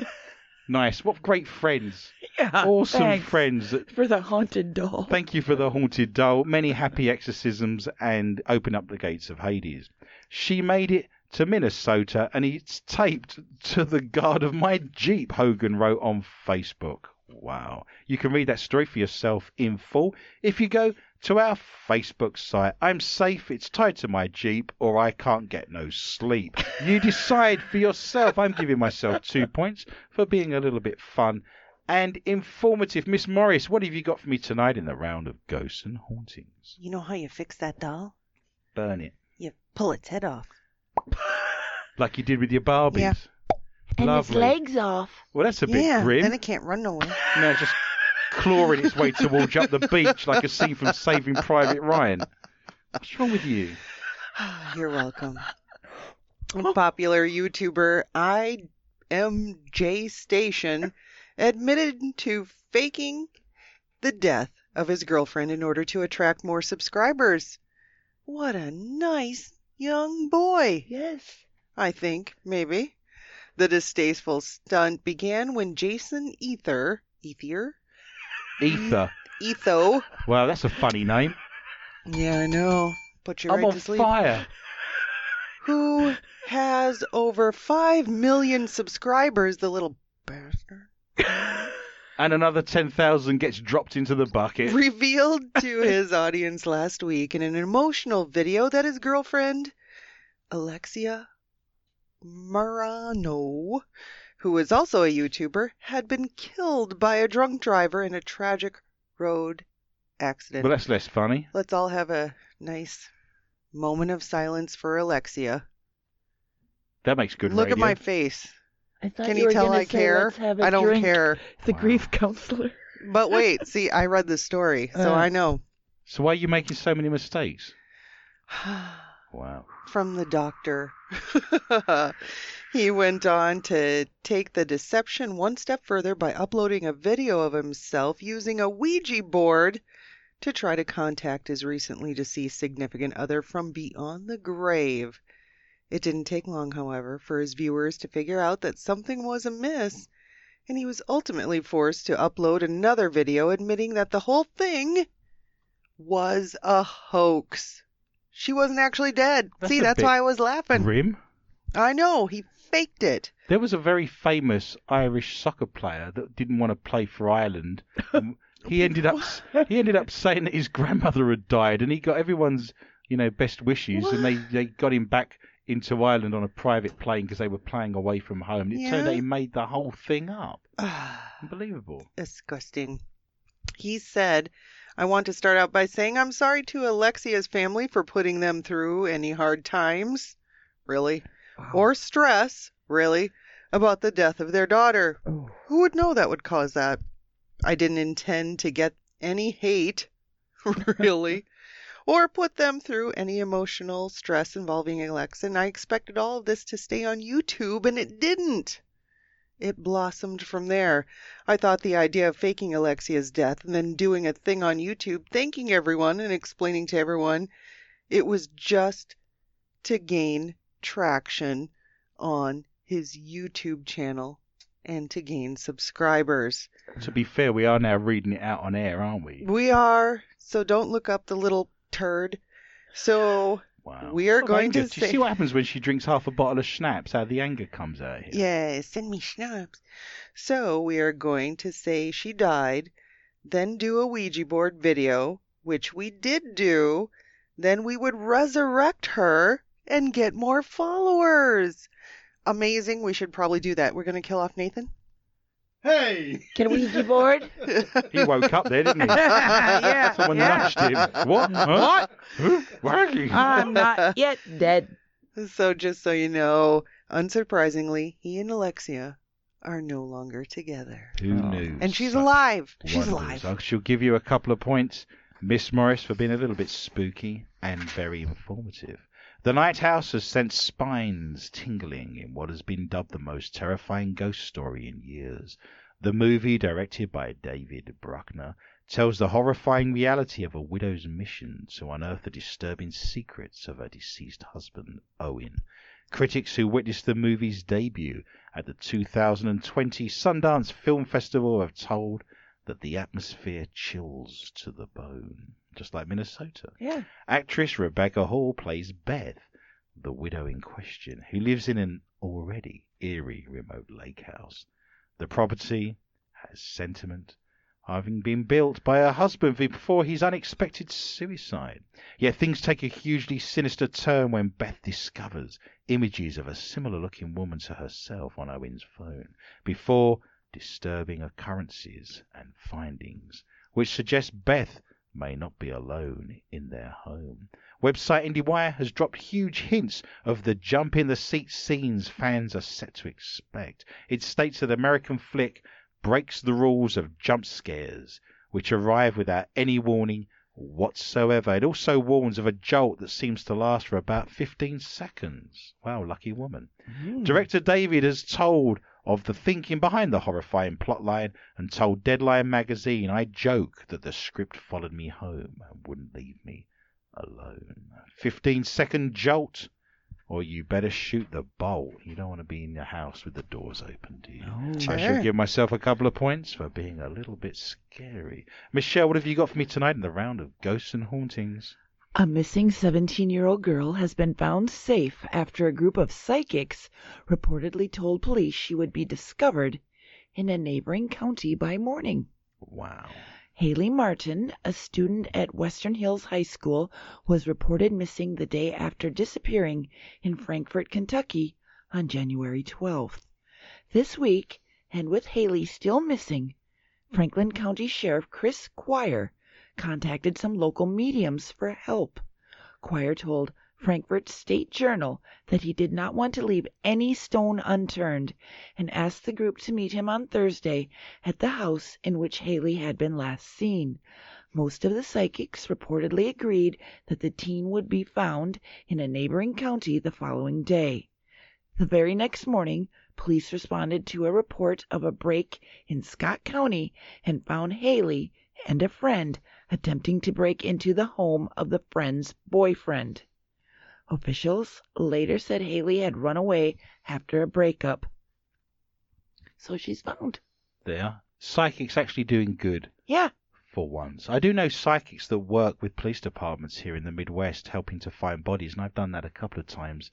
nice. What great friends.
Yeah.
Awesome
Ah, thanks
friends that
For the haunted doll.
Thank you for the haunted doll, many happy exorcisms, and open up the gates of Hades. She made it to Minnesota, and it's taped to the guard of my Jeep, Hogan wrote on Facebook. Wow. You can read that story for yourself in full if you go to our Facebook site. I'm safe, it's tied to my Jeep, or I can't get no sleep. You decide for yourself. I'm giving myself two points for being a little bit fun and informative. Miss Morris, what have you got for me tonight in the round of ghosts and hauntings?
You know how you fix that doll?
Burn it.
You pull its head off.
Like you did with your Barbies.
Yeah.
and
Lovely.
his legs off.
Well, that's a bit
yeah,
grim.
then it can't run nowhere.
Now it's just clawing its way towards you up the beach like a scene from Saving Private Ryan. What's wrong with you?
Oh, You're welcome. A Popular YouTuber I M J Station admitted to faking the death of his girlfriend in order to attract more subscribers. What a nice young boy.
Yes.
I think, maybe. The distasteful stunt began when Jason Ether, Ether,
Ether.
Etho.
Wow, that's a funny name.
Yeah, I know. Put your
I'm
right
on
to sleep.
fire.
Who has over 5 million subscribers, the little bastard,
And another 10,000 gets dropped into the bucket.
revealed to his audience last week in an emotional video that his girlfriend, Alexia Marano, who is also a YouTuber, had been killed by a drunk driver in a tragic road accident.
But that's less funny.
Let's all have a nice moment of silence for Alexia.
That makes good
Look at
radio.
my face.
I thought
Can
you,
you
were
tell
gonna
I
say,
care?
Let's have a
I don't
drink.
care.
The
Wow.
grief counselor.
But wait, see, I read the story, so
Uh.
I know.
So why are you making so many mistakes? Wow.
From the doctor. he went on to take the deception one step further by uploading a video of himself using a Ouija board to try to contact his recently deceased significant other from beyond the grave. It didn't take long, however, for his viewers to figure out that something was amiss, and he was ultimately forced to upload another video admitting that the whole thing was a hoax. She wasn't actually dead.
That's
See,
a
that's
bit
why I was laughing.
Grim.
I know, he faked it.
There was a very famous Irish soccer player that didn't want to play for Ireland. And he ended up he ended up saying that his grandmother had died, and he got everyone's you know best wishes, and they they got him back into Ireland on a private plane because they were playing away from home. It turned
Yeah.
out he made the whole thing up.
Ah,
Unbelievable.
Disgusting. He said, I want to start out by saying I'm sorry to Alexia's family for putting them through any hard times, really, or stress, really, about the death of their daughter.
Oh.
Who would know that would cause that? I didn't intend to get any hate, really, or put them through any emotional stress involving Alexa, and I expected all of this to stay on YouTube, and it didn't. It blossomed from there. I thought the idea of faking Alexia's death and then doing a thing on YouTube, thanking everyone and explaining to everyone, it was just to gain traction on his YouTube channel and to gain subscribers.
To be fair, we are now reading it out on air, aren't we?
We are, so don't look up the little turd. So,
Wow.
We are
Oh,
going to
Angel, Do you
say-
see what happens when she drinks half a bottle of schnapps? How the anger comes out here.
yeah, send me schnapps. So, we are going to say she died, then do a Ouija board video, which we did do. Then we would resurrect her and get more followers. Amazing. We should probably do that. We're going to kill off Nathan.
Hey!
Can we Ouija board?
He woke up there, didn't he?
yeah.
Someone
yeah.
nudged him. What? Huh? Huh? Where are you?
Ah.
I'm not yet dead.
So, just so you know, unsurprisingly, he and Alexia are no longer together.
Who knew?
And she's
such
alive. She's
wonders?
alive.
I shall give you a couple of points, Miss Morris, for being a little bit spooky and very informative. The Night House has sent spines tingling in what has been dubbed the most terrifying ghost story in years. The movie, directed by David Bruckner, tells the horrifying reality of a widow's mission to unearth the disturbing secrets of her deceased husband, Owen. Critics who witnessed the movie's debut at the 2020 Sundance Film Festival have told that the atmosphere chills to the bone, just like Minnesota.
Yeah.
Actress Rebecca Hall plays Beth, the widow in question, who lives in an already eerie remote lake house. The property has sentiment, having been built by her husband before his unexpected suicide. Yet things take a hugely sinister turn when Beth discovers images of a similar looking woman to herself on Owen's phone, before disturbing occurrences and findings, which suggest Beth may not be alone in their home. Website IndieWire has dropped huge hints of the jump in the seat scenes fans are set to expect. It states that American Flick breaks the rules of jump scares, which arrive without any warning whatsoever. It also warns of a jolt that seems to last for about 15 seconds. Wow, lucky woman. Hmm. Director David has told of the thinking behind the horrifying plotline and told Deadline magazine, I joke that the script followed me home and wouldn't leave me alone. 15 second jolt, or you better shoot the bolt. You don't want to be in your house with the doors open, do you?
Oh,
I
Sure.
shall give myself a couple of points for being a little bit scary. Michelle, what have you got for me tonight in the round of ghosts and hauntings?
A missing 17 year old girl has been found safe after a group of psychics reportedly told police she would be discovered in a neighboring county by morning.
Wow.
Haley Martin, a student at Western Hills High School, was reported missing the day after disappearing in Frankfort, Kentucky on January 12th. This week, and with Haley still missing, Franklin County Sheriff Chris Quire contacted some local mediums for help. Quire told Frankfurt State Journal that he did not want to leave any stone unturned and asked the group to meet him on Thursday at the house in which Haley had been last seen. Most of the psychics reportedly agreed that the teen would be found in a neighboring county the following day. The very next morning, police responded to a report of a break in Scott County and found Haley and a friend attempting to break into the home of the friend's boyfriend. Officials later said Haley had run away after a breakup. So she's found.
There. Psychics actually doing good
Yeah.
for once. I do know psychics that work with police departments here in the Midwest helping to find bodies, and I've done that a couple of times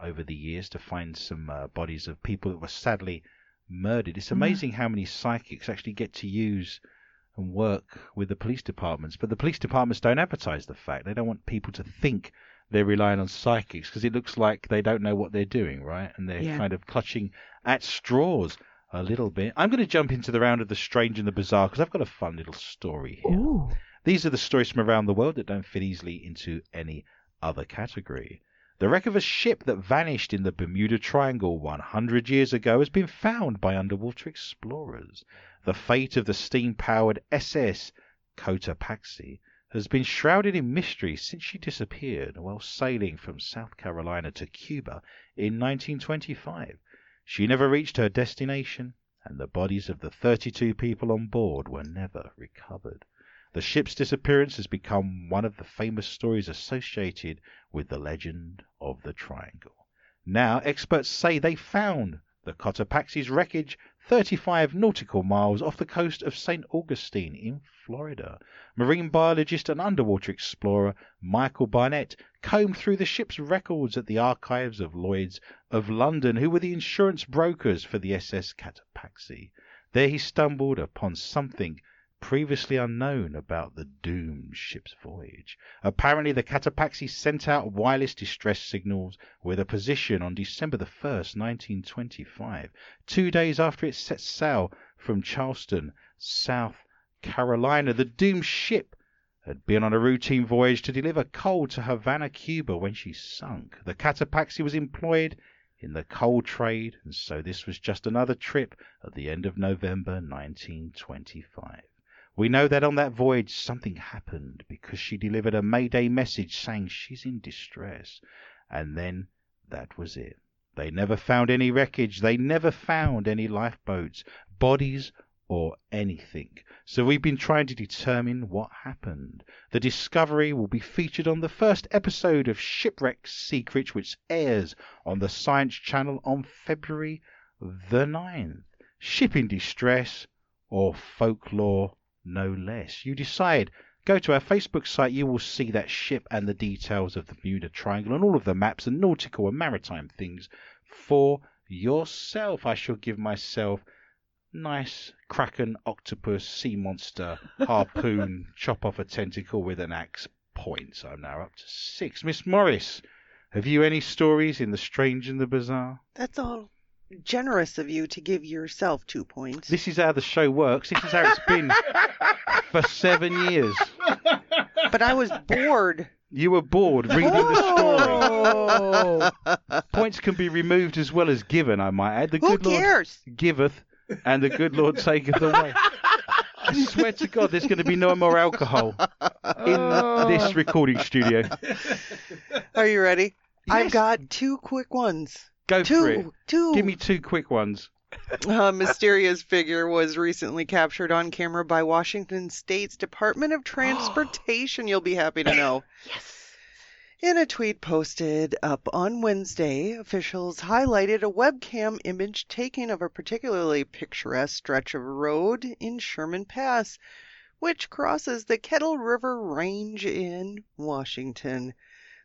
over the years to find some uh, bodies of people that were sadly murdered. It's amazing how many psychics actually get to use and work with the police departments, but the police departments don't advertise the fact. They don't want people to think they're relying on psychics because it looks like they don't know what they're doing, right? And they're
Yeah.
kind of clutching at straws. A little bit. I'm going to jump into the round of the strange and the bizarre because I've got a fun little story here.
Ooh.
These are the stories from around the world that don't fit easily into any other category. The wreck of a ship that vanished in the Bermuda Triangle 100 years ago has been found by underwater explorers. The fate of the steam powered SS Cotopaxi has been shrouded in mystery since she disappeared while sailing from South Carolina to Cuba in 1925. She never reached her destination, and the bodies of the 32 people on board were never recovered. The ship's disappearance has become one of the famous stories associated with the legend of the Triangle. Now, experts say they found the Cotopaxi's wreckage 35 nautical miles off the coast of St. Augustine in Florida. Marine biologist and underwater explorer Michael Barnett combed through the ship's records at the archives of Lloyd's of London, who were the insurance brokers for the SS Cotopaxi. There he stumbled upon something previously unknown about the doomed ship's voyage. Apparently, the Cotopaxi sent out wireless distress signals with a position on December the 1st, 1925, two days after it set sail from Charleston, South Carolina. The doomed ship had been on a routine voyage to deliver coal to Havana, Cuba, when she sunk. The Cotopaxi was employed in the coal trade, and so this was just another trip at the end of November 1925. We know that on that voyage something happened because she delivered a Mayday message saying she's in distress. And then that was it. They never found any wreckage. They never found any lifeboats, bodies, or anything. So we've been trying to determine what happened. The discovery will be featured on the first episode of Shipwreck Secrets, which airs on the Science Channel on February the 9th. Ship in distress or folklore no less. You decide. Go to our Facebook site, you will see that ship and the details of the Bermuda Triangle and all of the maps and nautical and maritime things for yourself. I shall give myself nice kraken, octopus, sea monster, harpoon, chop off a tentacle with an axe points. I'm now up to six. Miss Morris, have you any stories in the strange and the bizarre?
That's all generous of you to give yourself two points.
This is how the show works. This is how it's been for seven years.
But I was bored.
You were bored reading the story.
Oh.
Points can be removed as well as given, I might add. The
Uh, Who
good Lord
cares?
giveth, and the good Lord taketh away. I swear to God, there's going to be no more alcohol
Oh.
in this recording studio. Mm.
Are you ready? I've
Yes,
got two quick ones.
go for it.
Two, two.
Give me two quick ones.
A mysterious figure was recently captured on camera by Washington State's Department of Transportation, you'll be happy to know.
yes.
In a tweet posted up on Wednesday, officials highlighted a webcam image taken of a particularly picturesque stretch of road in Sherman Pass, which crosses the Kettle River Range in Washington.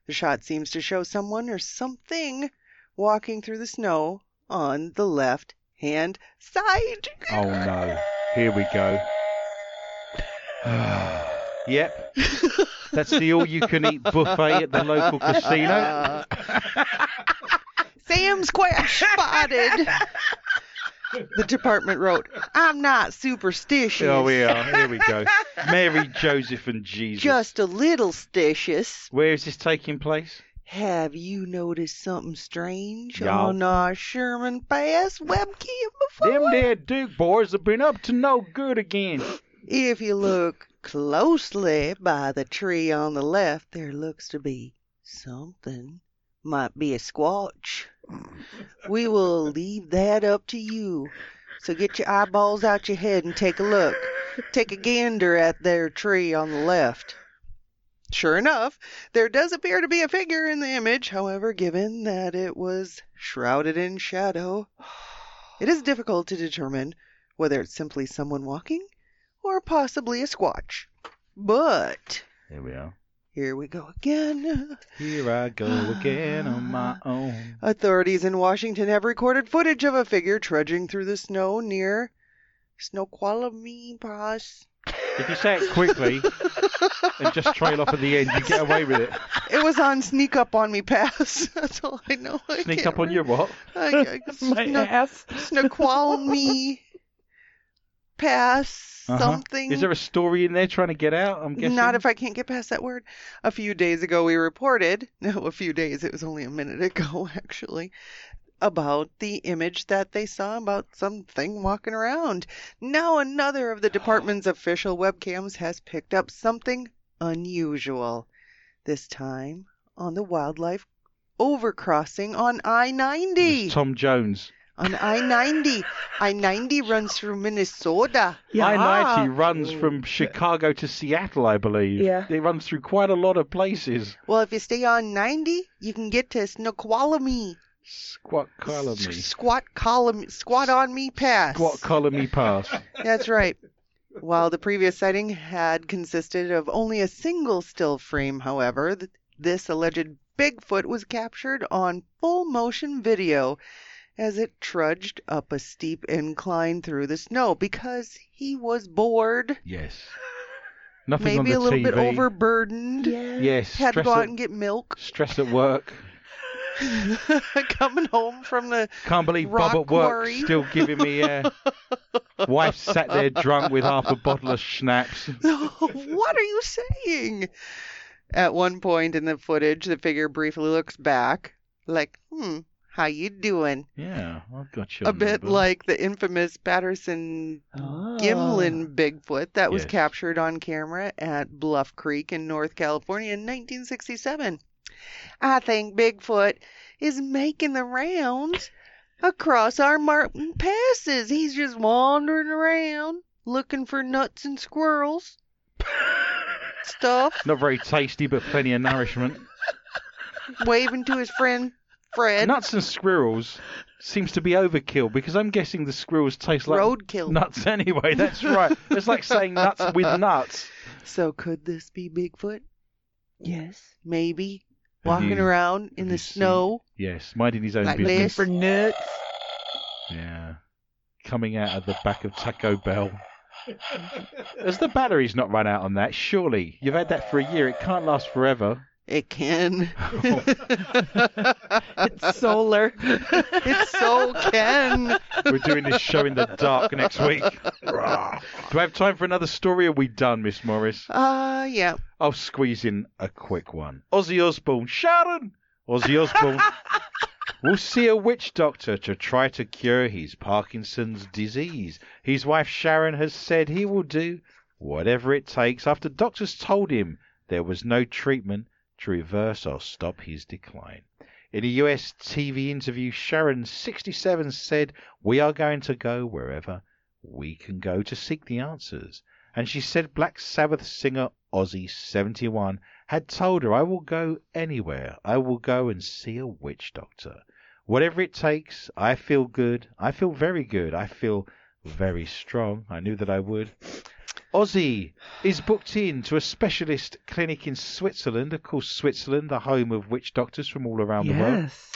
The shot seems to show someone or something walking through the snow on the left hand side.
Oh no, here we go. yep, that's the all-you-can-eat buffet at the local casino.
Sam Squash spotted. The department wrote, I'm not superstitious.
Oh, we are. Here we go. Mary, Joseph, and Jesus.
Just a little stitious.
Where is this taking place?
Have you noticed something strange
Yeah.
on our Sherman Pass webcam
Them
before?
there Duke boys have been up to no good again.
If you look closely by the tree on the left, there looks to be something. Might be a squatch. We will leave that up to you. So get your eyeballs out your head and take a look. Take a gander at their tree on the left. Sure enough, there does appear to be a figure in the image, however, given that it was shrouded in shadow, it is difficult to determine whether it's simply someone walking or possibly a squatch. But
Here we are.
here we go again.
Here I go again on my own.
Authorities in Washington have recorded footage of a figure trudging through the snow near Snoqualmie Pass.
If you say it quickly and just trail off at the end, you get away with it.
It was on Sneak Up On Me Pass. That's all I know. I
Sneak
can't
up on your what?
I, I,
My
Sno-
ass.
Snoqualmie Pass.
Uh-huh.
Something.
Is there a story in there trying to get out? I'm guessing.
Not if I can't get past that word. A few days ago, we reported, no, a few days, it was only a minute ago, actually, about the image that they saw about something walking around. Now, another of the department's official webcams has picked up something unusual, this time on the wildlife overcrossing on I
It's
90.
Tom Jones.
on I 90. I 90 runs through Minnesota.
Yeah.
I 90 runs from Chicago to Seattle, I believe.
Yeah.
It runs through quite a lot of places.
Well, if you stay on 90, you can get to Snoqualmie.
Squat colony.
S- Squat column, squat on me pass.
Squat colony pass.
That's right. While the previous sighting had consisted of only a single still frame, however, th- this alleged Bigfoot was captured on full motion video as it trudged up a steep incline through the snow because he was bored,
Yes. Nothing on
maybe
the
a little
TV.
bit overburdened,
Yeah.
Yes.
had to
stress
go out
at-
and get milk
Stress at work.
coming home from the
Can't believe
Rock
Bob at work
quarry.
still giving me. Uh, wife sat there drunk with half a bottle of schnapps.
what are you saying? At one point in the footage, the figure briefly looks back, like, hmm, how you doing?
Yeah, I've got you.
A
on
bit
number.
like the infamous Patterson
Oh.
Gimlin Bigfoot that was
Oh. Yes.
captured on camera at Bluff Creek in North California in 1967. I think Bigfoot is making the rounds across our Martin passes. He's just wandering around looking for nuts and squirrels. Stuff
Not very tasty, but plenty of nourishment.
waving to his friend Fred.
Nuts and squirrels seems to be overkill because I'm guessing the squirrels taste like
Roadkill.
nuts anyway. That's right. It's like saying nuts with nuts.
So could this be Bigfoot?
Yes.
Maybe
Have
walking
you-
around
have
in the
you seen-
snow.
Yes, minding his own
Like
Looking
business.
this?
for nuts.
Yeah, coming out of the back of Taco Bell. As the battery's not run out on that, surely you've had that for a year. It can't last forever.
It can.
It's solar.
It so can.
We're doing this show in the dark next week. Rah. Do I have time for another story? Or are we done, Miss Morris?
Uh, yeah.
I'll squeeze in a quick one. Ozzy Osbourne, Sharon! Ozzy Osbourne will see a witch doctor to try to cure his Parkinson's disease. His wife Sharon has said he will do whatever it takes after doctors told him there was no treatment to reverse or stop his decline. In a US TV interview, Sharon, 67, said, We are going to go wherever we can go to seek the answers. And she said Black Sabbath singer Ozzy, 71, had told her, I will go anywhere. I will go and see a witch doctor. Whatever it takes, I feel good. I feel very good. I feel very strong. I knew that I would. Ozzy is booked in to a specialist clinic in Switzerland. Of course, Switzerland, the home of witch doctors from all around the world
yes.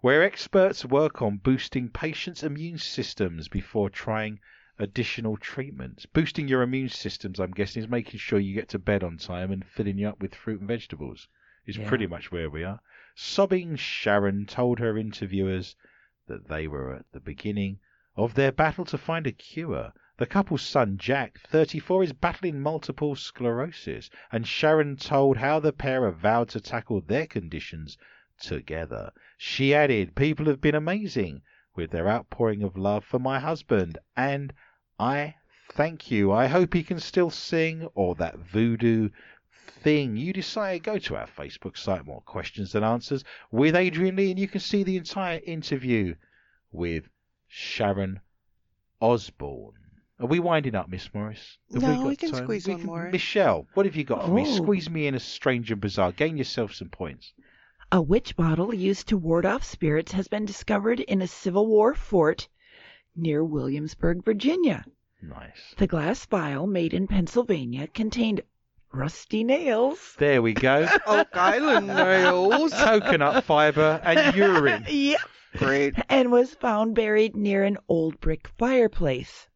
where experts work on boosting patients' immune systems before trying additional treatments. Boosting your immune systems, I'm guessing, is making sure you get to bed on time and filling you up with fruit and vegetables, is
Yeah.
pretty much where we are. Sobbing Sharon told her interviewers that they were at the beginning Of their battle to find a cure, the couple's son Jack, 34, is battling multiple sclerosis, and Sharon told how the pair have vowed to tackle their conditions together. She added, People have been amazing with their outpouring of love for my husband, and I thank you. I hope he can still sing or that voodoo thing you decide, go to our Facebook site, More Questions Than Answers, with Adrian Lee, and you can see the entire interview with Sharon Osborne. Are we winding up, Miss Morris?
No, we can squeeze one more in.
Michelle, what have you got for me?
Oh.
Squeeze me in a strange and bizarre. Gain yourself some points.
A witch bottle used to ward off spirits has been discovered in a Civil War fort near Williamsburg, Virginia.
Nice.
The glass vial made in Pennsylvania contained rusty nails.
There we go.
Oak Island nails.
Coconut fiber and urine.
Yep.
Great.
and was found buried near an old brick fireplace.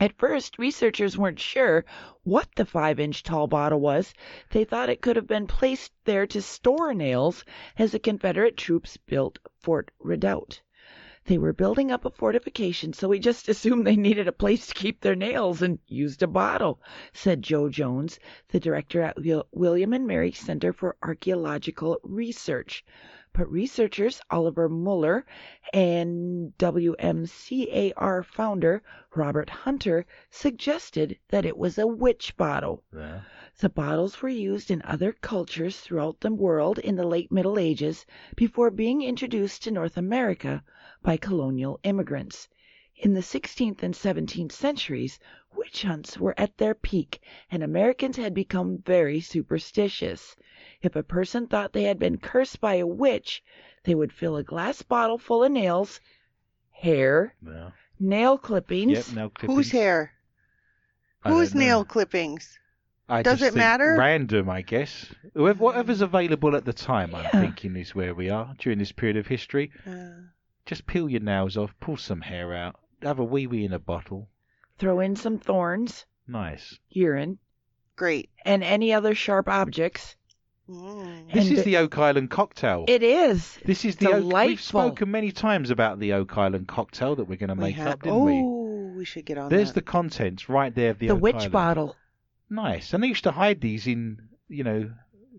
At first, researchers weren't sure what the five inch tall bottle was. They thought it could have been placed there to store nails as the Confederate troops built Fort Redoubt. They were building up a fortification, so we just assumed they needed a place to keep their nails and used a bottle, said Joe Jones, the director at Wil- William and Mary Center for Archaeological Research. But researchers Oliver Mueller and WMCAR founder Robert Hunter suggested that it was a witch bottle.
Yeah.
The bottles were used in other cultures throughout the world in the late Middle Ages before being introduced to North America by colonial immigrants. In the 16th and 17th centuries, witch hunts were at their peak, and Americans had become very superstitious. If a person thought they had been cursed by a witch, they would fill a glass bottle full of nails, hair,
Yeah.
nail clippings,
Yep, nail
Whose
clippings.
hair?
I don't
Whose
know.
nail clippings?
I
Does
just
it
think
matter?
Random, I guess. Whoever, whatever's available at the time, I'm
Yeah.
thinking is where we are during this period of history.
Uh,
Just peel your nails off, pull some hair out, have a wee wee in a bottle.
throw in some thorns,
Nice.
urine,
great.
and any other sharp objects.
Mm.
This
And
is
the-
the Oak Island cocktail.
It is.
this is the Oak. We've
delightful.
spoken many times about the Oak Island cocktail that we're going to
We
make
have,
up, didn't we?
oh, we? should get on
There's the
that.
contents right there of the,
The
Oak
witch
Island.
bottle.
Nice. And they used to hide these in, you know,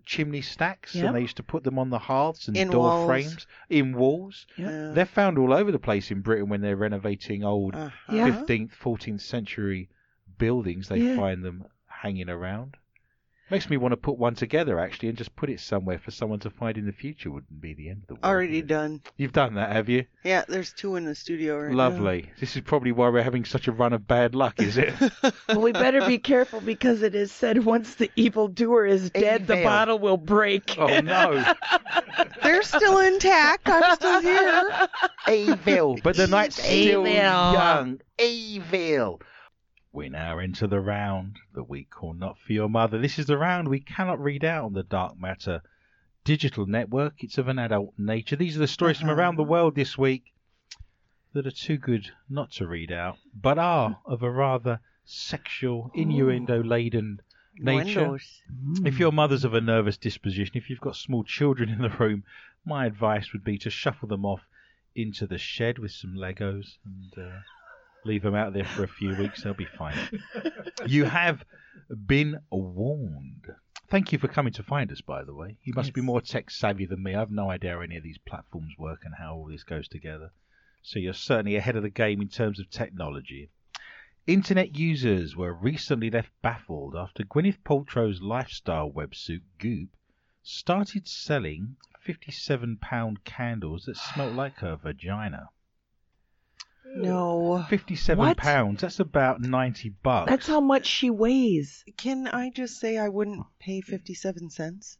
chimney stacks,
Yep.
and they used to put them on the hearths and
In
door
walls.
frames, in walls.
Uh,
They're found all over the place in Britain when they're renovating old
uh-huh.
Yeah.
15th, 14th century buildings. They
Yeah.
find them hanging around. Makes me want to put one together actually and just put it somewhere for someone to find in the future. Wouldn't be the end of the world.
Already
would it?
done.
You've done that, have you?
Yeah, there's two in the studio right now.
Lovely. This is probably why we're having such a run of bad luck, is it?
Well, we better be careful because it is said once the evil doer is dead, the
Evil.
bottle will break.
oh no!
They're still intact. I'm still here.
Evil, but the night's still
Evil.
young. Evil. We now enter the round that we call Not For Your Mother. This is the round we cannot read out on the Dark Matter digital network. It's of an adult nature. These are the stories from
Uh-huh.
around the world this week that are too good not to read out, but are of a rather sexual, innuendo laden nature.
Windows.
Hmm.
If your mother's of a nervous disposition, if you've got small children in the room, my advice would be to shuffle them off into the shed with some Legos and uh, leave them out there for a few weeks. They'll be fine. You have been warned. Thank you for coming to find us, by the way. You must be more tech savvy than me. I've no idea how any of these platforms work and how all this goes together. So you're certainly ahead of the game in terms of technology. Internet users were recently left baffled after Gwyneth Paltrow's lifestyle websuit Goop started selling 57 pound candles that smelt like her vagina.
No.
57
What?
pounds, that's about 90 bucks.
That's how much she weighs.
Can I just say I wouldn't pay 57 cents?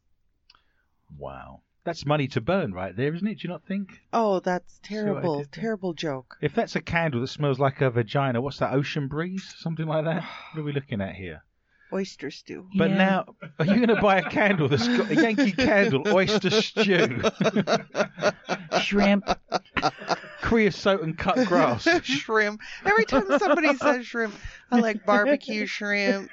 Wow. That's money to burn right there, isn't it? Do you not think?
Oh, that's
what I
terrible.
did there?
Terrible joke.
If that's a candle that smells like a vagina, what's that, ocean breeze? Something like that? What are we looking at here?
Oyster stew.
But
Yeah.
now, are you going to buy a candle that's got a Yankee candle, oyster stew,
Shrimp.
creosote and cut grass?
shrimp. Every time somebody says shrimp, I like barbecue shrimp,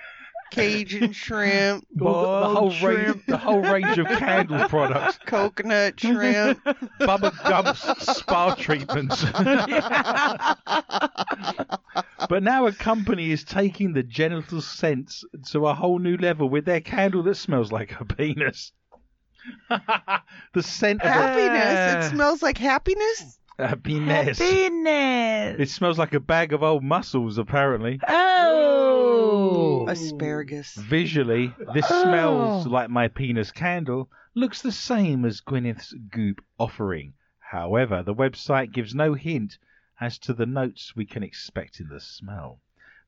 Cajun shrimp,
Well, the, the whole
Boiled
range,
shrimp.
the whole range of candle products,
coconut shrimp.
Bubba Gump's spa treatments. but now a company is taking the genital scents to a whole new level with their candle that smells like a penis. the scent of a,
happiness. It smells like happiness.
a penis.
Happiness.
It smells like a bag of old mussels, apparently.
Oh.
Ooh.
Asparagus.
Visually, this
Oh.
smells like my penis candle, looks the same as Gwyneth's goop offering. However, the website gives no hint as to the notes we can expect in the smell.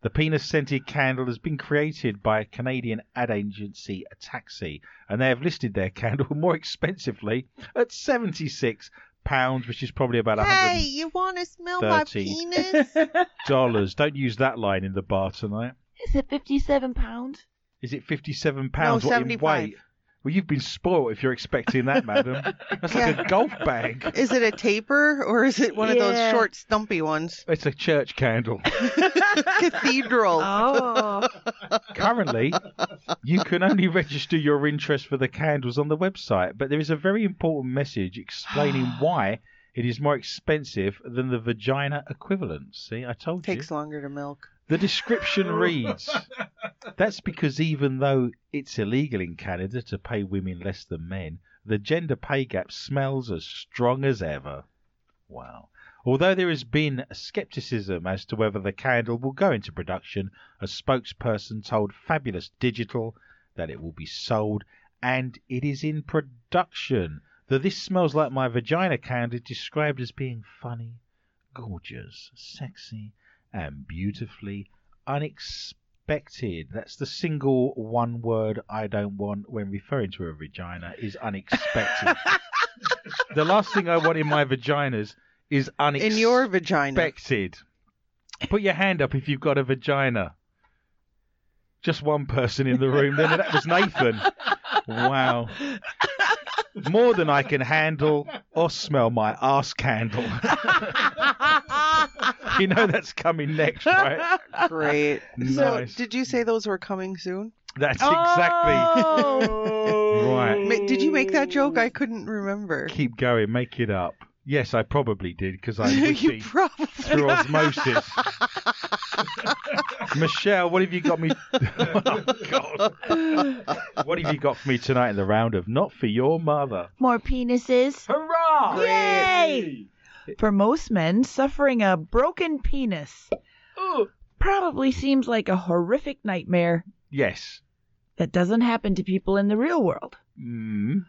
The penis scented candle has been created by a Canadian ad agency, Ataxi, and they have listed their candle more expensively at £76, which is probably about a
Hey,
$100.
you want to smell my
30.
penis?
Don't use that line in the bar tonight.
Is it 57 pounds?
Is it fifty-seven
No,
pounds? what in
75.
weight? Well, you've been spoilt if you're expecting that, madam. That's like
Yeah.
a golf bag.
Is it a taper or is it one of
Yeah.
those short, stumpy ones?
It's a church candle.
Cathedral.
Oh.
Currently, you can only register your interest for the candles on the website, but there is a very important message explaining why it is more expensive than the vagina equivalent. See, I told you.
Takes longer to milk.
The description reads That's because even though it's illegal in Canada to pay women less than men, the gender pay gap smells as strong as ever. Wow. Although there has been skepticism as to whether the candle will go into production, a spokesperson told Fabulous Digital that it will be sold and it is in production. The This Smells Like My Vagina candle is described as being funny, gorgeous, sexy, and beautifully unexpected. That's the single one word I don't want when referring to a vagina is unexpected. the last thing I want in my vaginas is unexpected.
In your vagina.
Expected. Put your hand up if you've got a vagina. Just one person in the room, then that was Nathan. Wow. More than I can handle or smell my ass candle. you know that's coming next, right?
Great. So,
Nice.
did you say those were coming soon?
That's
Oh.
exactly. Right.
Ma- Did you make that joke? I couldn't remember.
Keep going, make it up. Yes, I probably did because I'm
you
witty
probably.
through osmosis. Michelle, what have you got me? oh, God. What have you got for me tonight in the round of Not for Your Mother?
More penises.
Oh,
Hurrah!
Yay! For most men, suffering a broken penis probably seems like a horrific nightmare
Yes.
that doesn't happen to people in the real world.
Mm.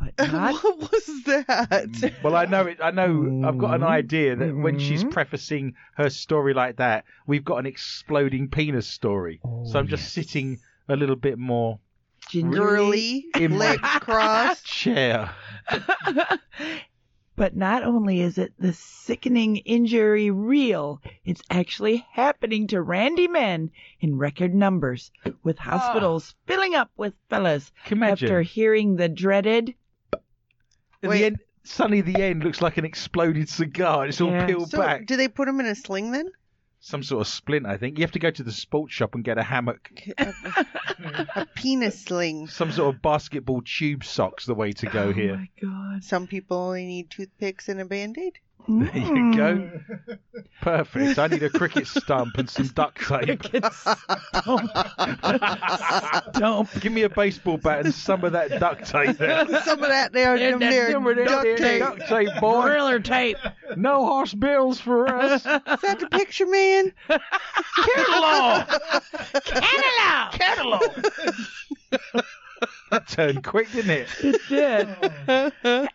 But not.
what was that?
Well, I know it. I know. I've got an
Mm-hmm.
idea that when she's
Mhm.
prefacing her story like that, we've got an exploding penis story.
Oh,
so I'm just sitting a little bit more
gingerly.
Girly,
In my-
legs crossed.
chair.
But not only is it the sickening injury real, it's actually happening to randy men in record numbers, with hospitals filling up with fellas
Can you imagine?
after hearing the dreaded
At
Wait.
the end, suddenly the end looks like an exploded cigar. It's all
Yeah.
peeled
So,
back.
do they put them in a sling then?
Some sort of splint, I think. You have to go to the sports shop and get a hammock.
A penis sling.
Some sort of basketball tube socks the way to go
oh
here.
my god.
Some people only need toothpicks and a band-aid.
There you
Mm.
go. Perfect. I need a cricket stump and some duct tape.
Don't.
Give me a baseball bat and some of that duct tape there.
Some of that there,
Yeah,
them
that-
there,
them there,
duct tape.
Duct tape, boy.
Boiler tape.
No horse bills for us.
Is that the picture man?
Catalog.
Analog.
Catalog. That turned quick, didn't it?
It did.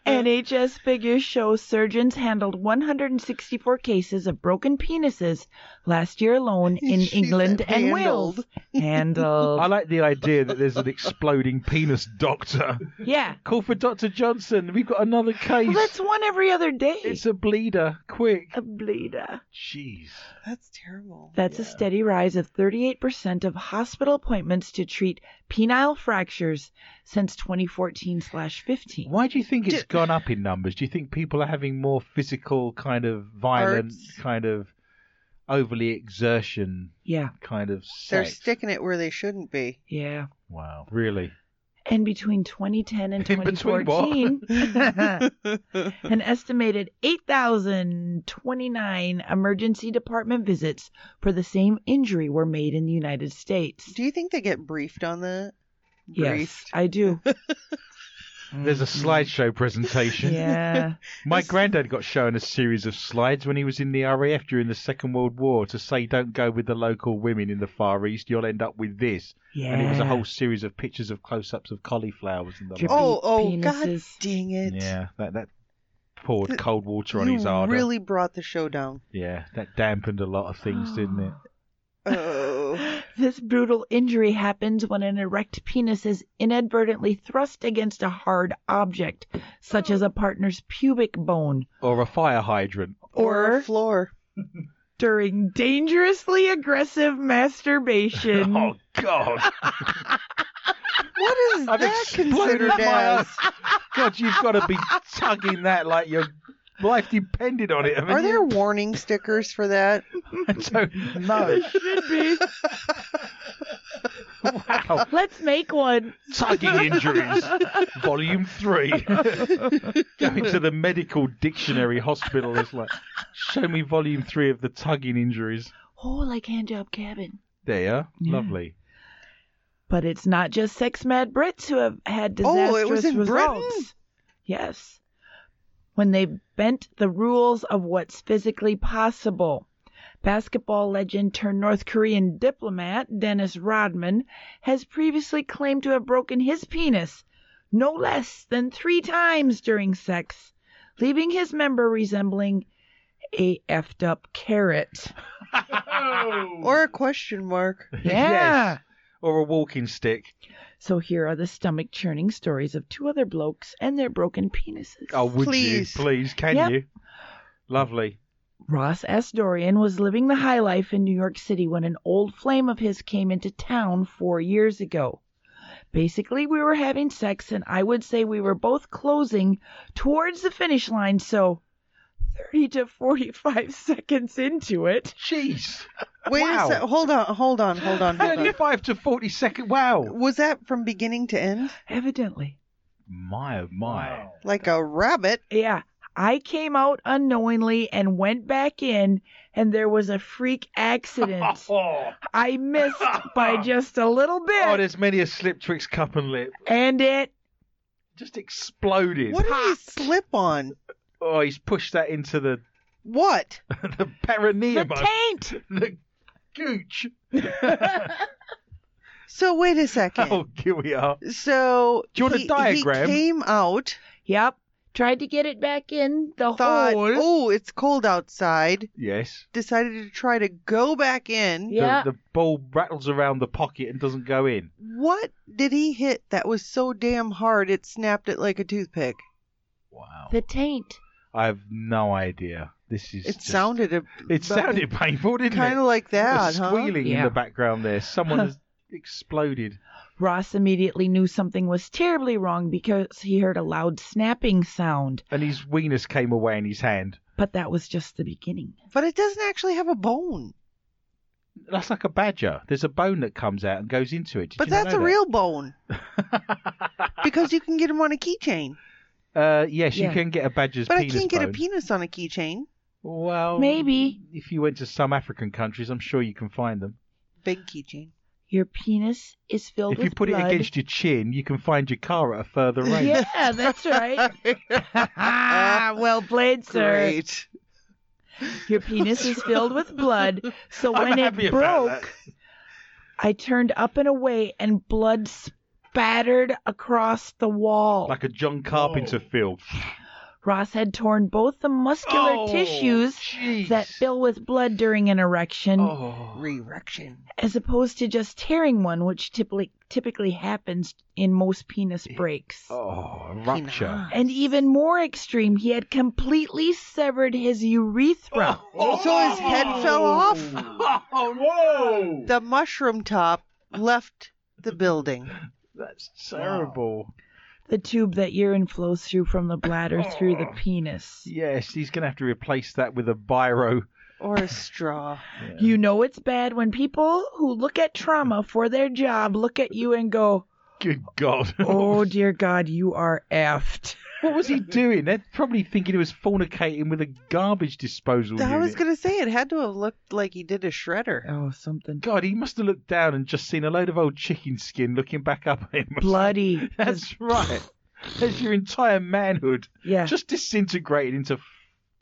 NHS figures show surgeons handled 164 cases of broken penises last year alone in
She
England
said
and Wales.
I
Handled.
like the idea that there's an exploding penis doctor.
yeah.
Call for Dr. Johnson. We've got another case.
Well, that's one every other day.
It's a bleeder. Quick.
a bleeder.
Jeez.
That's terrible.
That's a steady rise of 38% of hospital appointments to treat penile fractures since 2014 slash 15.
Why do you think it's
Do-
gone up in numbers? Do you think people are having more physical, kind of violent,
Arts.
kind of overly exertion
Yeah.
kind of
They're
sex.
sticking it where they shouldn't be.
Yeah.
Wow, really?
And between 2010 and
In between what?
2014,
That's
an estimated 8,029 emergency department visits for the same injury were made in the United States.
Do you think they get briefed on that?
Yes, I do.
There's a
Mm-hmm.
Mhm.
slideshow presentation.
Yeah.
My granddad got shown a series of slides when he was in the RAF during the Second World War to say, don't go with the local women in the Far East, you'll end up with this.
Yeah.
And it was a whole series of pictures of close ups of cauliflowers and the
Drippy
like.
Oh, oh,
penises.
god dang it.
Yeah, that, that poured cold water on
you
his ardour.
really brought the show down.
Yeah, that dampened a lot of things, didn't it?
Oh.
This brutal injury happens when an erect penis is inadvertently thrust against a hard object, such as a partner's pubic bone,
Or a fire hydrant.
or
or
a floor.
during dangerously aggressive masturbation.
Oh, God.
What is
I've
that
exploded
considered
my
as?
ass. God, you've got to be tugging that like your life depended on it. I mean,
Are there warning stickers for that?
I don't know.
Should be.
Wow.
Let's make one.
Tugging injuries, volume three. Going to the medical dictionary hospital is like, show me volume three of the tugging injuries.
Oh, like handjob cabin.
There you are.
Yeah.
Lovely.
But it's not just sex mad Brits who have had disastrous
Oh, it was in Britain?
results. Yes. When they bent the rules of what's physically possible. Basketball legend turned North Korean diplomat Dennis Rodman has previously claimed to have broken his penis no less than three times during sex, leaving his member resembling a effed up carrot.
Oh.
Or a question mark?
Yeah.
Or a walking stick.
So here are the stomach churning stories of two other blokes and their broken penises.
Oh, would
Please.
you? Please, can
Yep.
you? Lovely.
Ross S. Dorian was living the high life in New York City when an old flame of his came into town four years ago. Basically, we were having sex, and I would say we were both closing towards the finish line, so 30 to 45 seconds into it.
Jeez.
Wait
Wow.
a sec. Hold on, hold on, hold on, hold on.
35 to 40 second. Wow.
Was that from beginning to end?
Evidently.
My, oh my.
Wow.
Like a rabbit?
Yeah. I came out unknowingly and went back in, and there was a freak accident.
Oh,
I missed by just a little bit,
there's many a slip twixt cup and lip.
and it
Just exploded.
What did he
Popped.
slip on?
Oh, he's pushed that into the
What?
the
the
perineum,
taint.
the gooch.
So wait a second.
Oh, here we are.
So
Do you want a
he,
diagram?
He came out,
Yep, tried to get it back in the
thought,
hole.
"Oh, it's cold outside."
Yes.
Decided to try to go back in.
The-
Yeah.
The, ball rattles around the pocket and doesn't go in.
What did he hit that was so damn hard it snapped it like a toothpick?
Wow.
The taint.
I have no idea. This is.
It
just-
sounded a,
It sounded painful, didn't
kind
it?
of like that,
There's
huh?
squealing in
Yeah.
the background there. Someone has exploded.
Ross immediately knew something was terribly wrong because he heard a loud snapping sound,
And his weenus came away in his hand.
but that was just the beginning.
But it doesn't actually have a bone.
That's like a badger. There's a bone that comes out and goes into it. Did
But
you not
that's a
know
real bone
that?
because you can get them on a keychain.
uh, yes,
Yeah.
you can get a badger's
But I
penis
can't get a
bone.
penis on a keychain.
Well,
Maybe.
if you went to some African countries, I'm sure you can find them.
Big keychain.
Your penis is filled
if
with
you put
Oh, blood.
it against your chin, you can find your car at a further range.
yeah, that's right. ah, well played, sir.
Great.
Your penis is filled with blood, so
I'm
when
happy
it
about
broke, I turned up and away, and blood spattered across the wall.
Like a John Carpenter
Oh.
Whoa.
film.
Ross had torn both the muscular
Oh,
tissues
jeez.
that fill with blood during an erection,
Oh.
Erection.
as opposed to just tearing one, which typically typically happens in most penis breaks.
Oh, a rupture.
And even more extreme, he had completely severed his urethra.
So his
Oh.
head fell off.
Oh.
Oh, Whoa!
The mushroom top left the building.
That's terrible.
the tube that urine flows through from the bladder
Oh.
through the penis.
Yes, he's going to have to replace that with a biro.
Or a straw.
You know it's bad when people who look at trauma for their job look at you and go,
Good God.
"Oh dear God, you are effed."
what was he doing? They're probably thinking he was fornicating with a garbage disposal
I
unit.
was going to say it had to have looked like he did a shredder.
Oh, something
God, he must have looked down and just seen a load of old chicken skin looking back up at him.
bloody.
That's right. That's your entire manhood
yeah.
just disintegrated into f-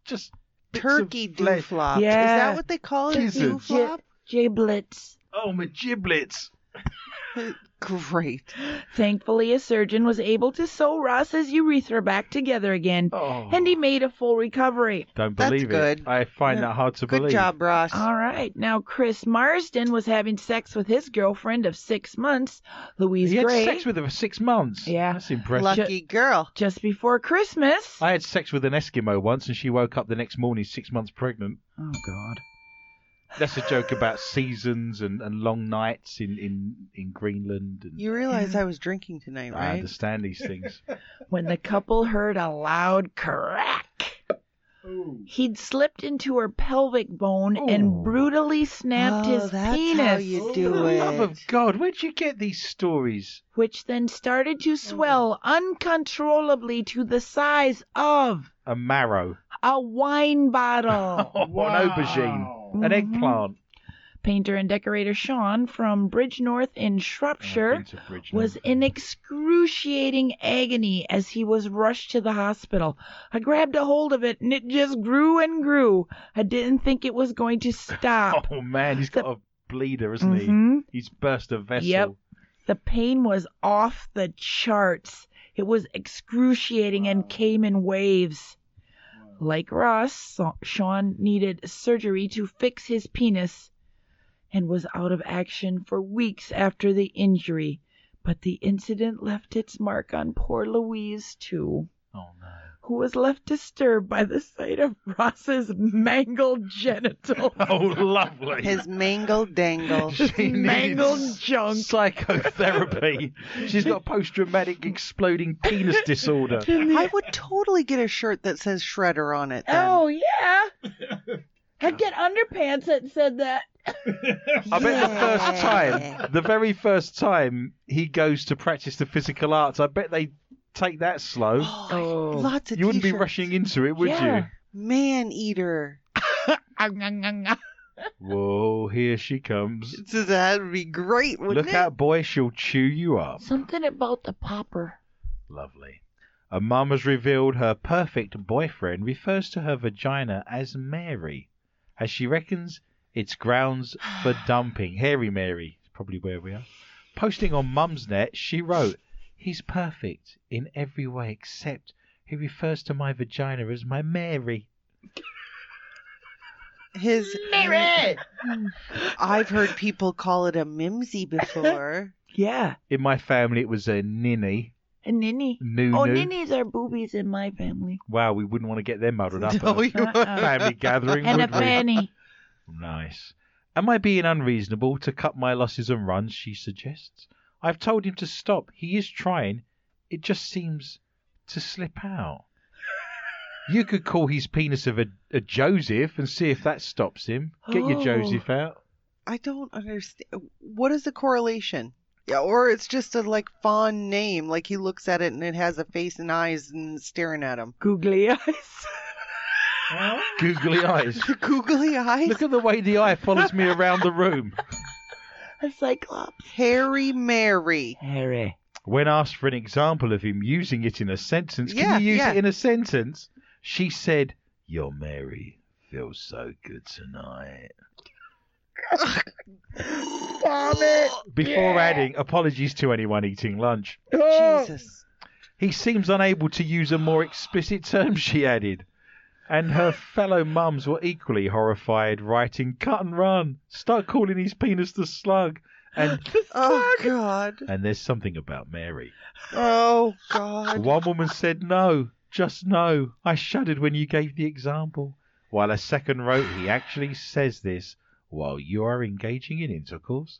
just bits of
Turkey
flesh.
dooflop. Is
Yeah.
that what they call it?
Jesus.
Dooflop?
Giblets.
Oh, my giblets.
Great.
Thankfully, a surgeon was able to sew Ross's urethra back together again,
Oh,
and he made a full recovery.
don't
That's
believe it.
good.
I find
Yeah.
that hard to
Good
believe.
job, Ross.
All right, now Chris Marsden was having sex with his girlfriend of six months, Louise
He had
Gray,
sex with her for six months.
Yeah.
That's impressive.
Lucky girl.
just before Christmas.
I had sex with an Eskimo once, and she woke up the next morning six months pregnant.
oh God.
That's a joke about seasons and, and long nights in, in, in Greenland. And
You realize
Yeah.
I was drinking tonight,
I
right?
understand these things.
When the couple heard a loud crack,
Oh,
he'd slipped into her pelvic bone
Ooh.
and brutally snapped
Oh,
his
that's
penis,
how you
For
do
the
it.
love of God, where'd you get these stories?
which then started to swell uncontrollably to the size of
A marrow,
a wine bottle.
an aubergine,
Wow.
an
Mhm.
eggplant. Oh,
Painter and decorator Sean from Bridgenorth in
I've
Shropshire
been to Bridgenorth.
was in excruciating agony as he was rushed to the hospital. I grabbed a hold of it and it just grew and grew. I didn't think it was going to stop.
Oh man, he's
The-
got a bleeder, isn't
Mhm.
he? He's burst a vessel.
Yep. The pain was off the charts. It was excruciating and came in waves. Like Ross, Sa- Sean needed surgery to fix his penis and was out of action for weeks after the injury. But the incident left its mark on poor Louise, too,
Oh no.
who was left disturbed by the sight of Ross's mangled genitals.
Oh lovely.
His mangle dangle.
she needed
mangled junk.
psychotherapy. She's got post traumatic exploding penis disorder.
I would totally get a shirt that says Shredder on it. Then.
Oh, yeah. I'd get underpants that said that.
I bet the
Yeah.
first time, the very first time he goes to practice the physical arts, I bet they take that slow.
Oh.
lots of
You wouldn't be
t-shirts.
rushing into it, would
Yeah.
you?
Man eater.
Whoa, here she comes.
That'd be great, wouldn't
Look
it?
out, boy, she'll chew you up.
Something about the popper.
Lovely. A mum has revealed her perfect boyfriend refers to her vagina as Mary, as she reckons it's grounds for dumping. Hairy Mary is probably where we are. Posting on Mum's Net, she wrote, He's perfect in every way except he refers to my vagina as my Mary.
His I've heard people call it a mimsy before.
Yeah.
In my family, it was a ninny.
A ninny.
Nunu.
Oh, ninnies are boobies in my family.
Wow, we wouldn't want to get them muddled up. at
No,
a
you wouldn't.
Uh-uh.
family gathering,
And a
would we?
fanny.
Nice. Am I being unreasonable to cut my losses and run? She suggests. I've told him to stop. He is trying. It just seems to slip out. You could call his penis of a, a Joseph and see if that stops him. Get your
Oh.
Joseph out.
I don't understand. What is the correlation? Yeah, or it's just a like fond name. Like he looks at it and it has a face and eyes and staring at him.
Googly eyes.
Googly eyes.
Googly eyes.
Look at the way the eye follows me around the room.
A cyclops.
Harry Mary.
Harry.
When asked for an example of him using it in a sentence, can
Yeah,
you use
yeah.
it in a sentence? She said, Your Mary feels so good tonight. Before adding, apologies to anyone eating lunch.
Jesus.
He seems unable to use a more explicit term, she added. And her fellow mums were equally horrified, writing, Cut and run! Start calling his penis the slug! And,
Oh God.
and there's something about Mary.
Oh God.
One woman said, No, just no. I shuddered when you gave the example. While a second wrote, He actually says this while you are engaging in intercourse.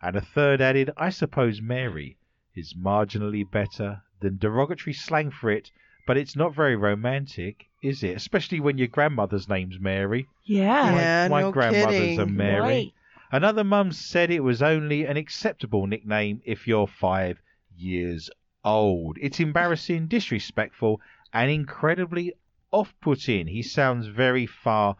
And a third added, I suppose Mary is marginally better the derogatory slang for it, but it's not very romantic, is it? Especially when your grandmother's name's Mary.
Yeah.
Yeah,
my
no
grandmother's
kidding.
a Mary.
Right.
Another mum said it was only an acceptable nickname if you're five years old. It's embarrassing, disrespectful, and incredibly off putting. He sounds very far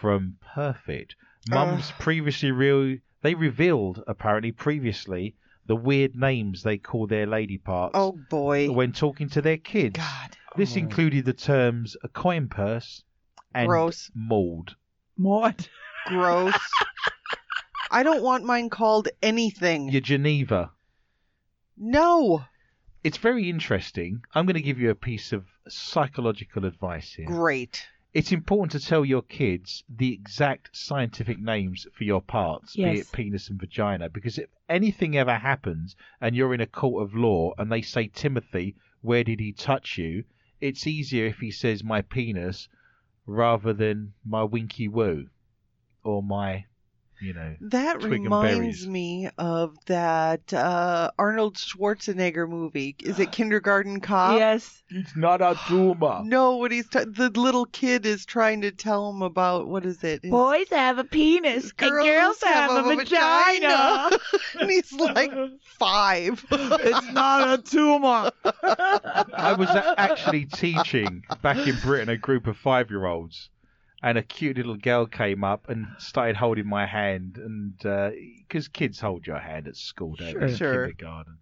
from perfect.
Ah.
Mums previously real they revealed apparently previously the weird names they call their lady parts
Oh boy.
when talking to their kids.
God. Oh.
This
Oh.
included the terms a coin purse and
Gross.
mauled.
Maud.
Gross. I don't want mine called anything.
Your Geneva.
No.
it's very interesting. I'm going to give you a piece of psychological advice here.
Great.
It's important to tell your kids the exact scientific names for your parts, be
Yes.
it penis and vagina, because if anything ever happens and you're in a court of law and they say, Timothy, where did he touch you? It's easier if he says my penis rather than my winky woo or my, you know.
That
Twig and
reminds
berries.
me of that uh, Arnold Schwarzenegger movie. Is
Ah.
it Kindergarten Cop?
yes.
It's not a tumor.
No, what he's t- the little kid is trying to tell him about what is it? His-
Boys have a penis. and girls have, a, vagina.
and he's like five.
it's not a tumor.
I was a- actually teaching back in Britain a group of five year olds, and a cute little girl came up and started holding my hand, and because kids hold your hand at school, don't they? in
Sure. Sure.
Kindergarten.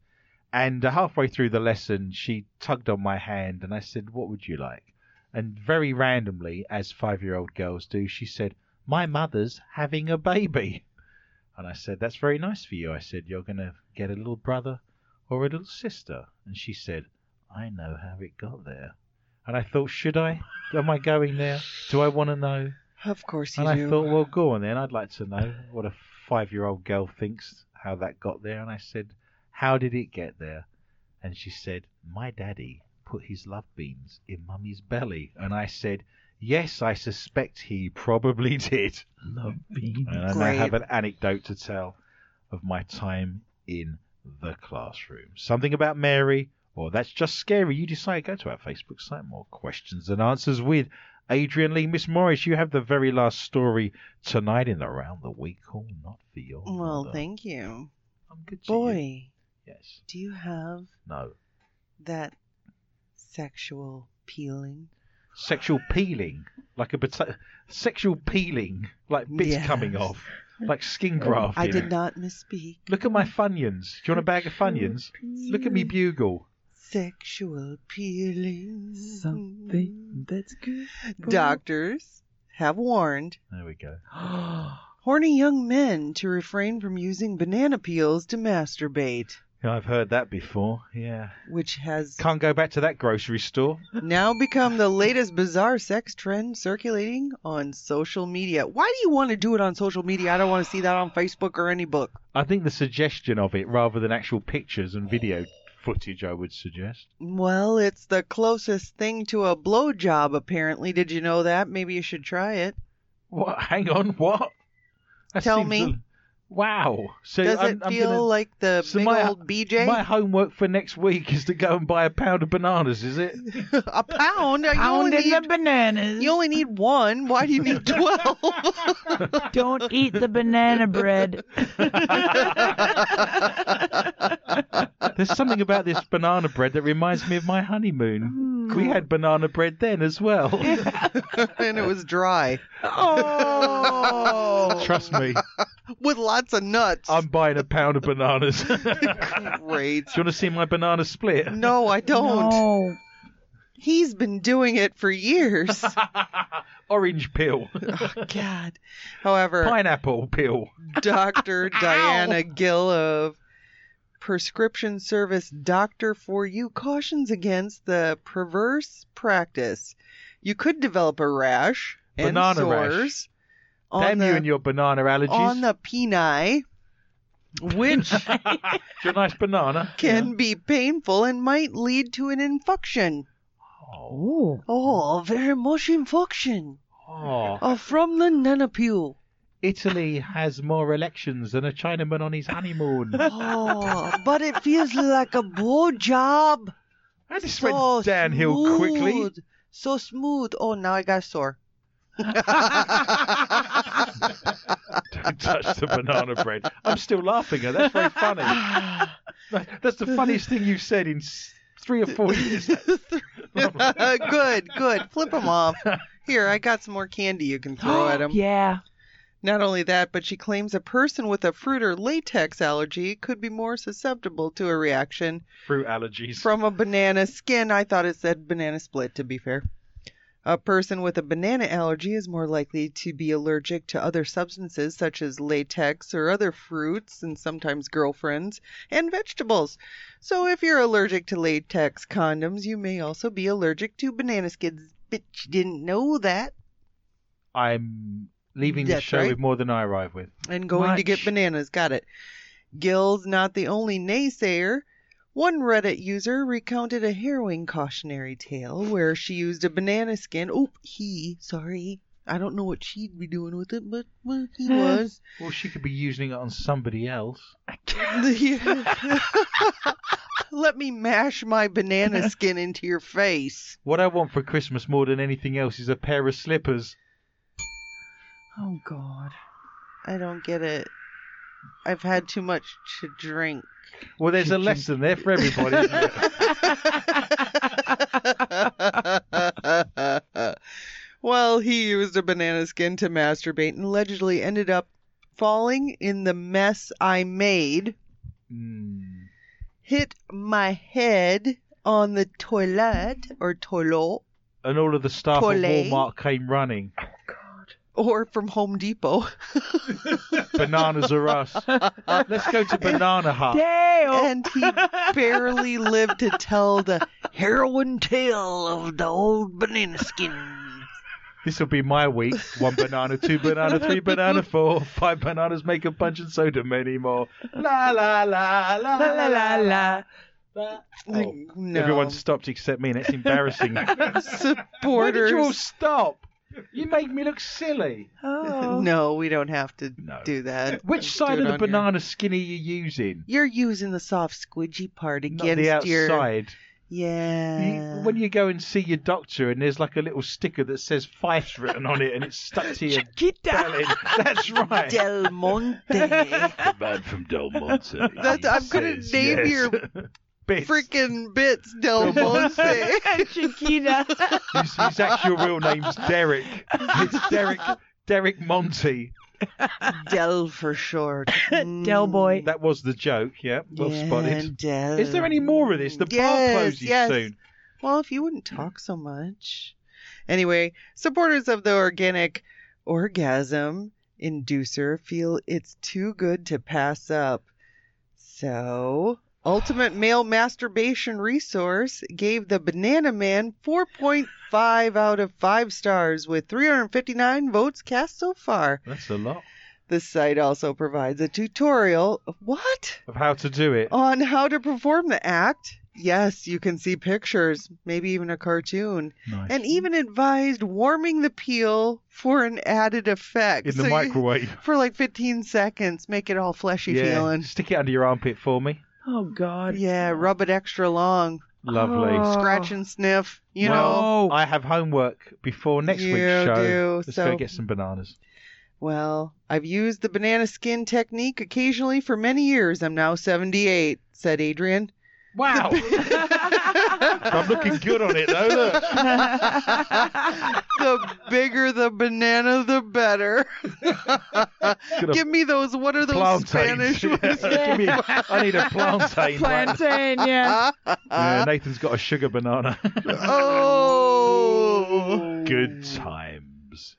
And uh, halfway through the lesson, she tugged on my hand, and I said, "What would you like?" And very randomly, as five year old girls do, she said, "My mother's having a baby." And I said, That's very nice for you. I said, You're going to get a little brother or a little sister. And she said, I know how it got there. And I thought, Should I? Am I going there? Do I want to know?
Of course you
And I
do.
thought, Well, go on then. I'd like to know what a five year old girl thinks how that got there. And I said, How did it get there? And she said, My daddy put his love beans in mummy's belly. And I said, Yes, I suspect he probably did.
Love beans.
And I
Great.
now have an anecdote to tell of my time in the classroom. Something about Mary, or that's just scary. You decide, go to our Facebook site, more questions and answers with Adrian Lee. Miss Morris, you have the very last story tonight in the round the week call, not for your.
well,
mother.
thank you.
I'm good to you.
Boy,
Yes.
do you have
No.
that sexual peeling?
Sexual peeling, like a potato. Sexual peeling, like bits
Yes.
coming off, like skin grafting.
I did not misspeak.
Look at my funyuns. Do you want a bag of funyuns? Look at me bugle.
Sexual peeling.
Something that's good. for-
Doctors have warned
There we go.
horny young men to refrain from using banana peels to masturbate,
Yeah, I've heard that before. Yeah.
which has
Can't go back to that grocery store.
now become the latest bizarre sex trend circulating on social media. Why do you want to do it on social media? I don't want to see that on Facebook or any book.
I think the suggestion of it rather than actual pictures and video footage, I would suggest.
Well, it's the closest thing to a blowjob, apparently. Did you know that? Maybe you should try it.
What? Hang on. What? That
Tell
seems
me.
a- Wow. So
Does
I'm,
it feel
I'm gonna...
like the
So
big
my-
old BJ?
My homework for next week is to go and buy a pound of bananas, is it?
a pound? You
Pound
only,
in the
need,
bananas.
you only need one. Why do you need 12?
Don't eat the banana bread.
There's something about this banana bread that reminds me of my
Mm.
honeymoon. We had banana bread then as well.
and it was dry.
Oh.
Trust me,
With lots of nuts.
Um,
I'm buying a pound of bananas.
Great.
Do you want to see my banana split?
No, I don't.
No.
He's been doing it for years.
Orange peel.
God. However,
Pineapple peel.
Dr. Diana Gill of prescription service Doctor for You cautions against the perverse practice. You could develop a rash and
Banana rash.
sores on
Damn
the
you and your banana allergies.
on the peni, which
It's your nice banana.
can be painful and might lead to an infunction.
Oh.
Oh.
Oh, very much infunction.
Oh.
Oh, from the nanopule.
Italy has more elections than a Chinaman on his honeymoon.
Oh, but it feels like a blowjob.
And this
So
went downhill quickly.
smooth, So smooth. Oh, now I got sore.
Don't touch the banana bread. I'm still laughing at that. That's very funny. That's the funniest thing you've said in s- three or four years.
good, good. Flip them off. Here, I got some more candy you can throw at him.
yeah.
Not only that, but she claims a person with a fruit or latex allergy could be more susceptible to a reaction
Fruit allergies.
from a banana skin. I thought it said banana split, to be fair. A person with a banana allergy is more likely to be allergic to other substances such as latex or other fruits, and sometimes girlfriends, and vegetables. So if you're allergic to latex condoms, you may also be allergic to banana skins. Bitch, you didn't know that.
I'm leaving this
That's
show
right.
with more than I arrive with.
and going to get
Much.
bananas. Got it. Gill's not the only naysayer. One Reddit user recounted a harrowing cautionary tale where she used a banana skin. Oh, he, sorry. I don't know what she'd be doing with it, but well, he was.
Well, she could be using it on somebody else.
Let me mash my banana skin into your face.
What I want for Christmas more than anything else is a pair of slippers.
Oh God.
I don't get it. I've had too much to drink.
Well, there's a lesson there for everybody. isn't it?
well, he used a banana skin to masturbate and allegedly ended up falling in the mess I made,
Mm.
hit my head on the toilet or toilet
And all of the staff at
Toilet.
Walmart came running.
or from Home Depot.
Bananas are us. Let's go to Banana Hut.
Dale.
and he barely lived to tell the harrowing tale of the old banana skin.
This will be my week. One banana, two banana, three banana, four, five bananas make a punch and soda many more. La la la la
La la la la.
la.
Oh, no.
Everyone stopped except me, and it's embarrassing. Why did
supporters.
you all stop? You made me look silly.
Oh.
No, we don't have to
No.
do that.
Which side
it
of the
on your-
banana skin are you using?
You're using the soft squidgy part
Not
against
the
your
outside.
yeah.
You- when you go and see your doctor, and there's like a little sticker that says Fife written on it, and it's stuck to your belly.
Chiquita.
That's right.
Del Monte,
The man from Del Monte.
That's- I'm gonna
Says
name your
Bits.
freaking bits, Del Monte.
Chiquita.
His, his actual real name's Derek. It's Derek. Derek Monty.
Del for short. Mm.
Del boy.
That was the joke. Yeah, well
yeah,
spotted.
Del.
Is there any more of this? The bar
Yes,
closes
yes.
soon.
Well, if you wouldn't talk so much. Anyway, supporters of the organic orgasm inducer feel it's too good to pass up. So, Ultimate Male Masturbation Resource gave the Banana Man 4.5 out of 5 stars with 359 votes cast so far.
That's a lot
The site also provides a tutorial. What?
of how to do it.
on how to perform the act. Yes, you can see pictures, maybe even a cartoon,
nice.
and even advised warming the peel for an added effect.
In the
So you-
microwave.
for like 15 seconds, make it all fleshy
yeah.
feeling.
Stick it under your armpit for me.
Oh God.
Yeah, rub it extra long,
Lovely.
Oh.
scratch and sniff. You know.
Well, I have homework before next
You
week's show.
do,
Let's
so-
go get some bananas.
Well, I've used the banana skin technique occasionally for many years. I'm now 78," said Adrian.
Wow. I'm looking good on it though. Look.
the bigger the banana, the better.
Gonna
Give me those. What are those
plantains.
Spanish ones?
Give me a- I need a plantain. Plant-
Plantain. Yeah.
Uh.
yeah, Nathan's got a sugar banana.
oh.
good times.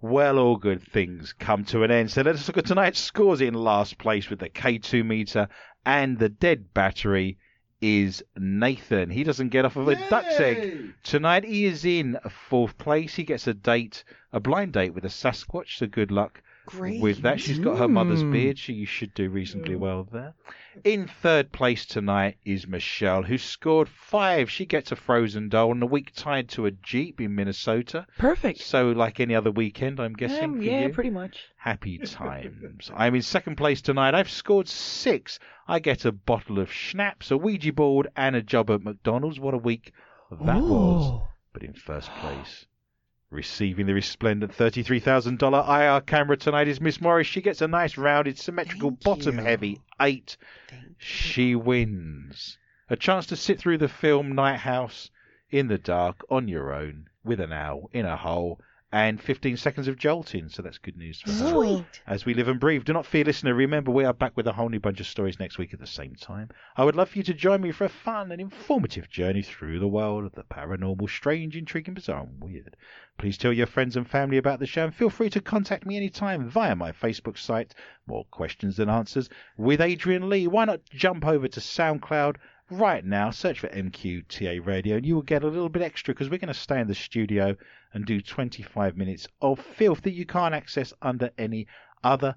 Well, all good things come to an end. So let's look at tonight's scores in last place with the K2 meter and the dead battery is Nathan. He doesn't get off of a duck's egg. Tonight he is in fourth place. He gets a date, a blind date with a Sasquatch, so good luck.
Great.
With that, she's got her mother's
Hmm.
beard. She should do reasonably
Mm.
Yeah.
well there. In third place tonight is Michelle, who scored five. She gets a frozen doll and a week tied to a jeep in Minnesota.
Perfect.
So, like any other weekend, I'm guessing.
Um,
for
yeah,
you.
pretty much.
Happy times. I'm in second place tonight. I've scored six. I get a bottle of schnapps, a Ouija board, and a job at McDonald's. What a week that was.
Ooh.
But in first place, receiving the resplendent $33,000 IR camera tonight is Miss Morris. She gets a nice rounded, symmetrical,
Thank
bottom heavy
you.
eight.
Thank
She wins. A chance to sit through the film Night House in the dark on your own with an owl in a hole and 15 seconds of jolting. So that's good news for her
Sweet.
as we live and breathe. Do not fear, listener. Remember, we are back with a whole new bunch of stories next week at the same time. I would love for you to join me for a fun and informative journey through the world of the paranormal, strange, intriguing, bizarre, and weird. Please tell your friends and family about the show and feel free to contact me anytime via my Facebook site, More Questions Than Answers, with Adrian Lee. Why not jump over to SoundCloud? Right now, search for MQTA Radio and you will get a little bit extra because we're going to stay in the studio and do 25 minutes of filth that you can't access under any other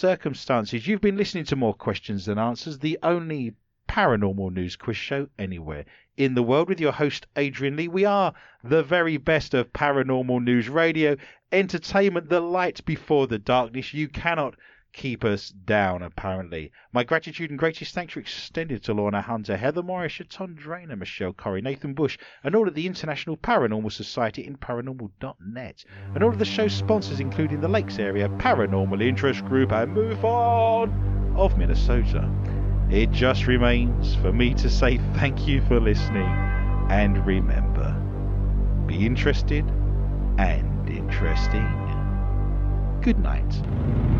circumstances. You've been listening to More Questions Than Answers, the only paranormal news quiz show anywhere in the world with your host, Adrian Lee. We are the very best of paranormal news radio, entertainment, the light before the darkness. You cannot keep us down, apparently. My gratitude and greatest thanks are extended to Lorna Hunter, Heather Morris, Chaton Drainer, Michelle Corrie, Nathan Bush, and all at the International Paranormal Society in paranormal.net. And all of the show's sponsors, including the Lakes Area Paranormal Interest Group and Move On of Minnesota. It just remains for me to say thank you for listening and remember be interested and interesting. Good night.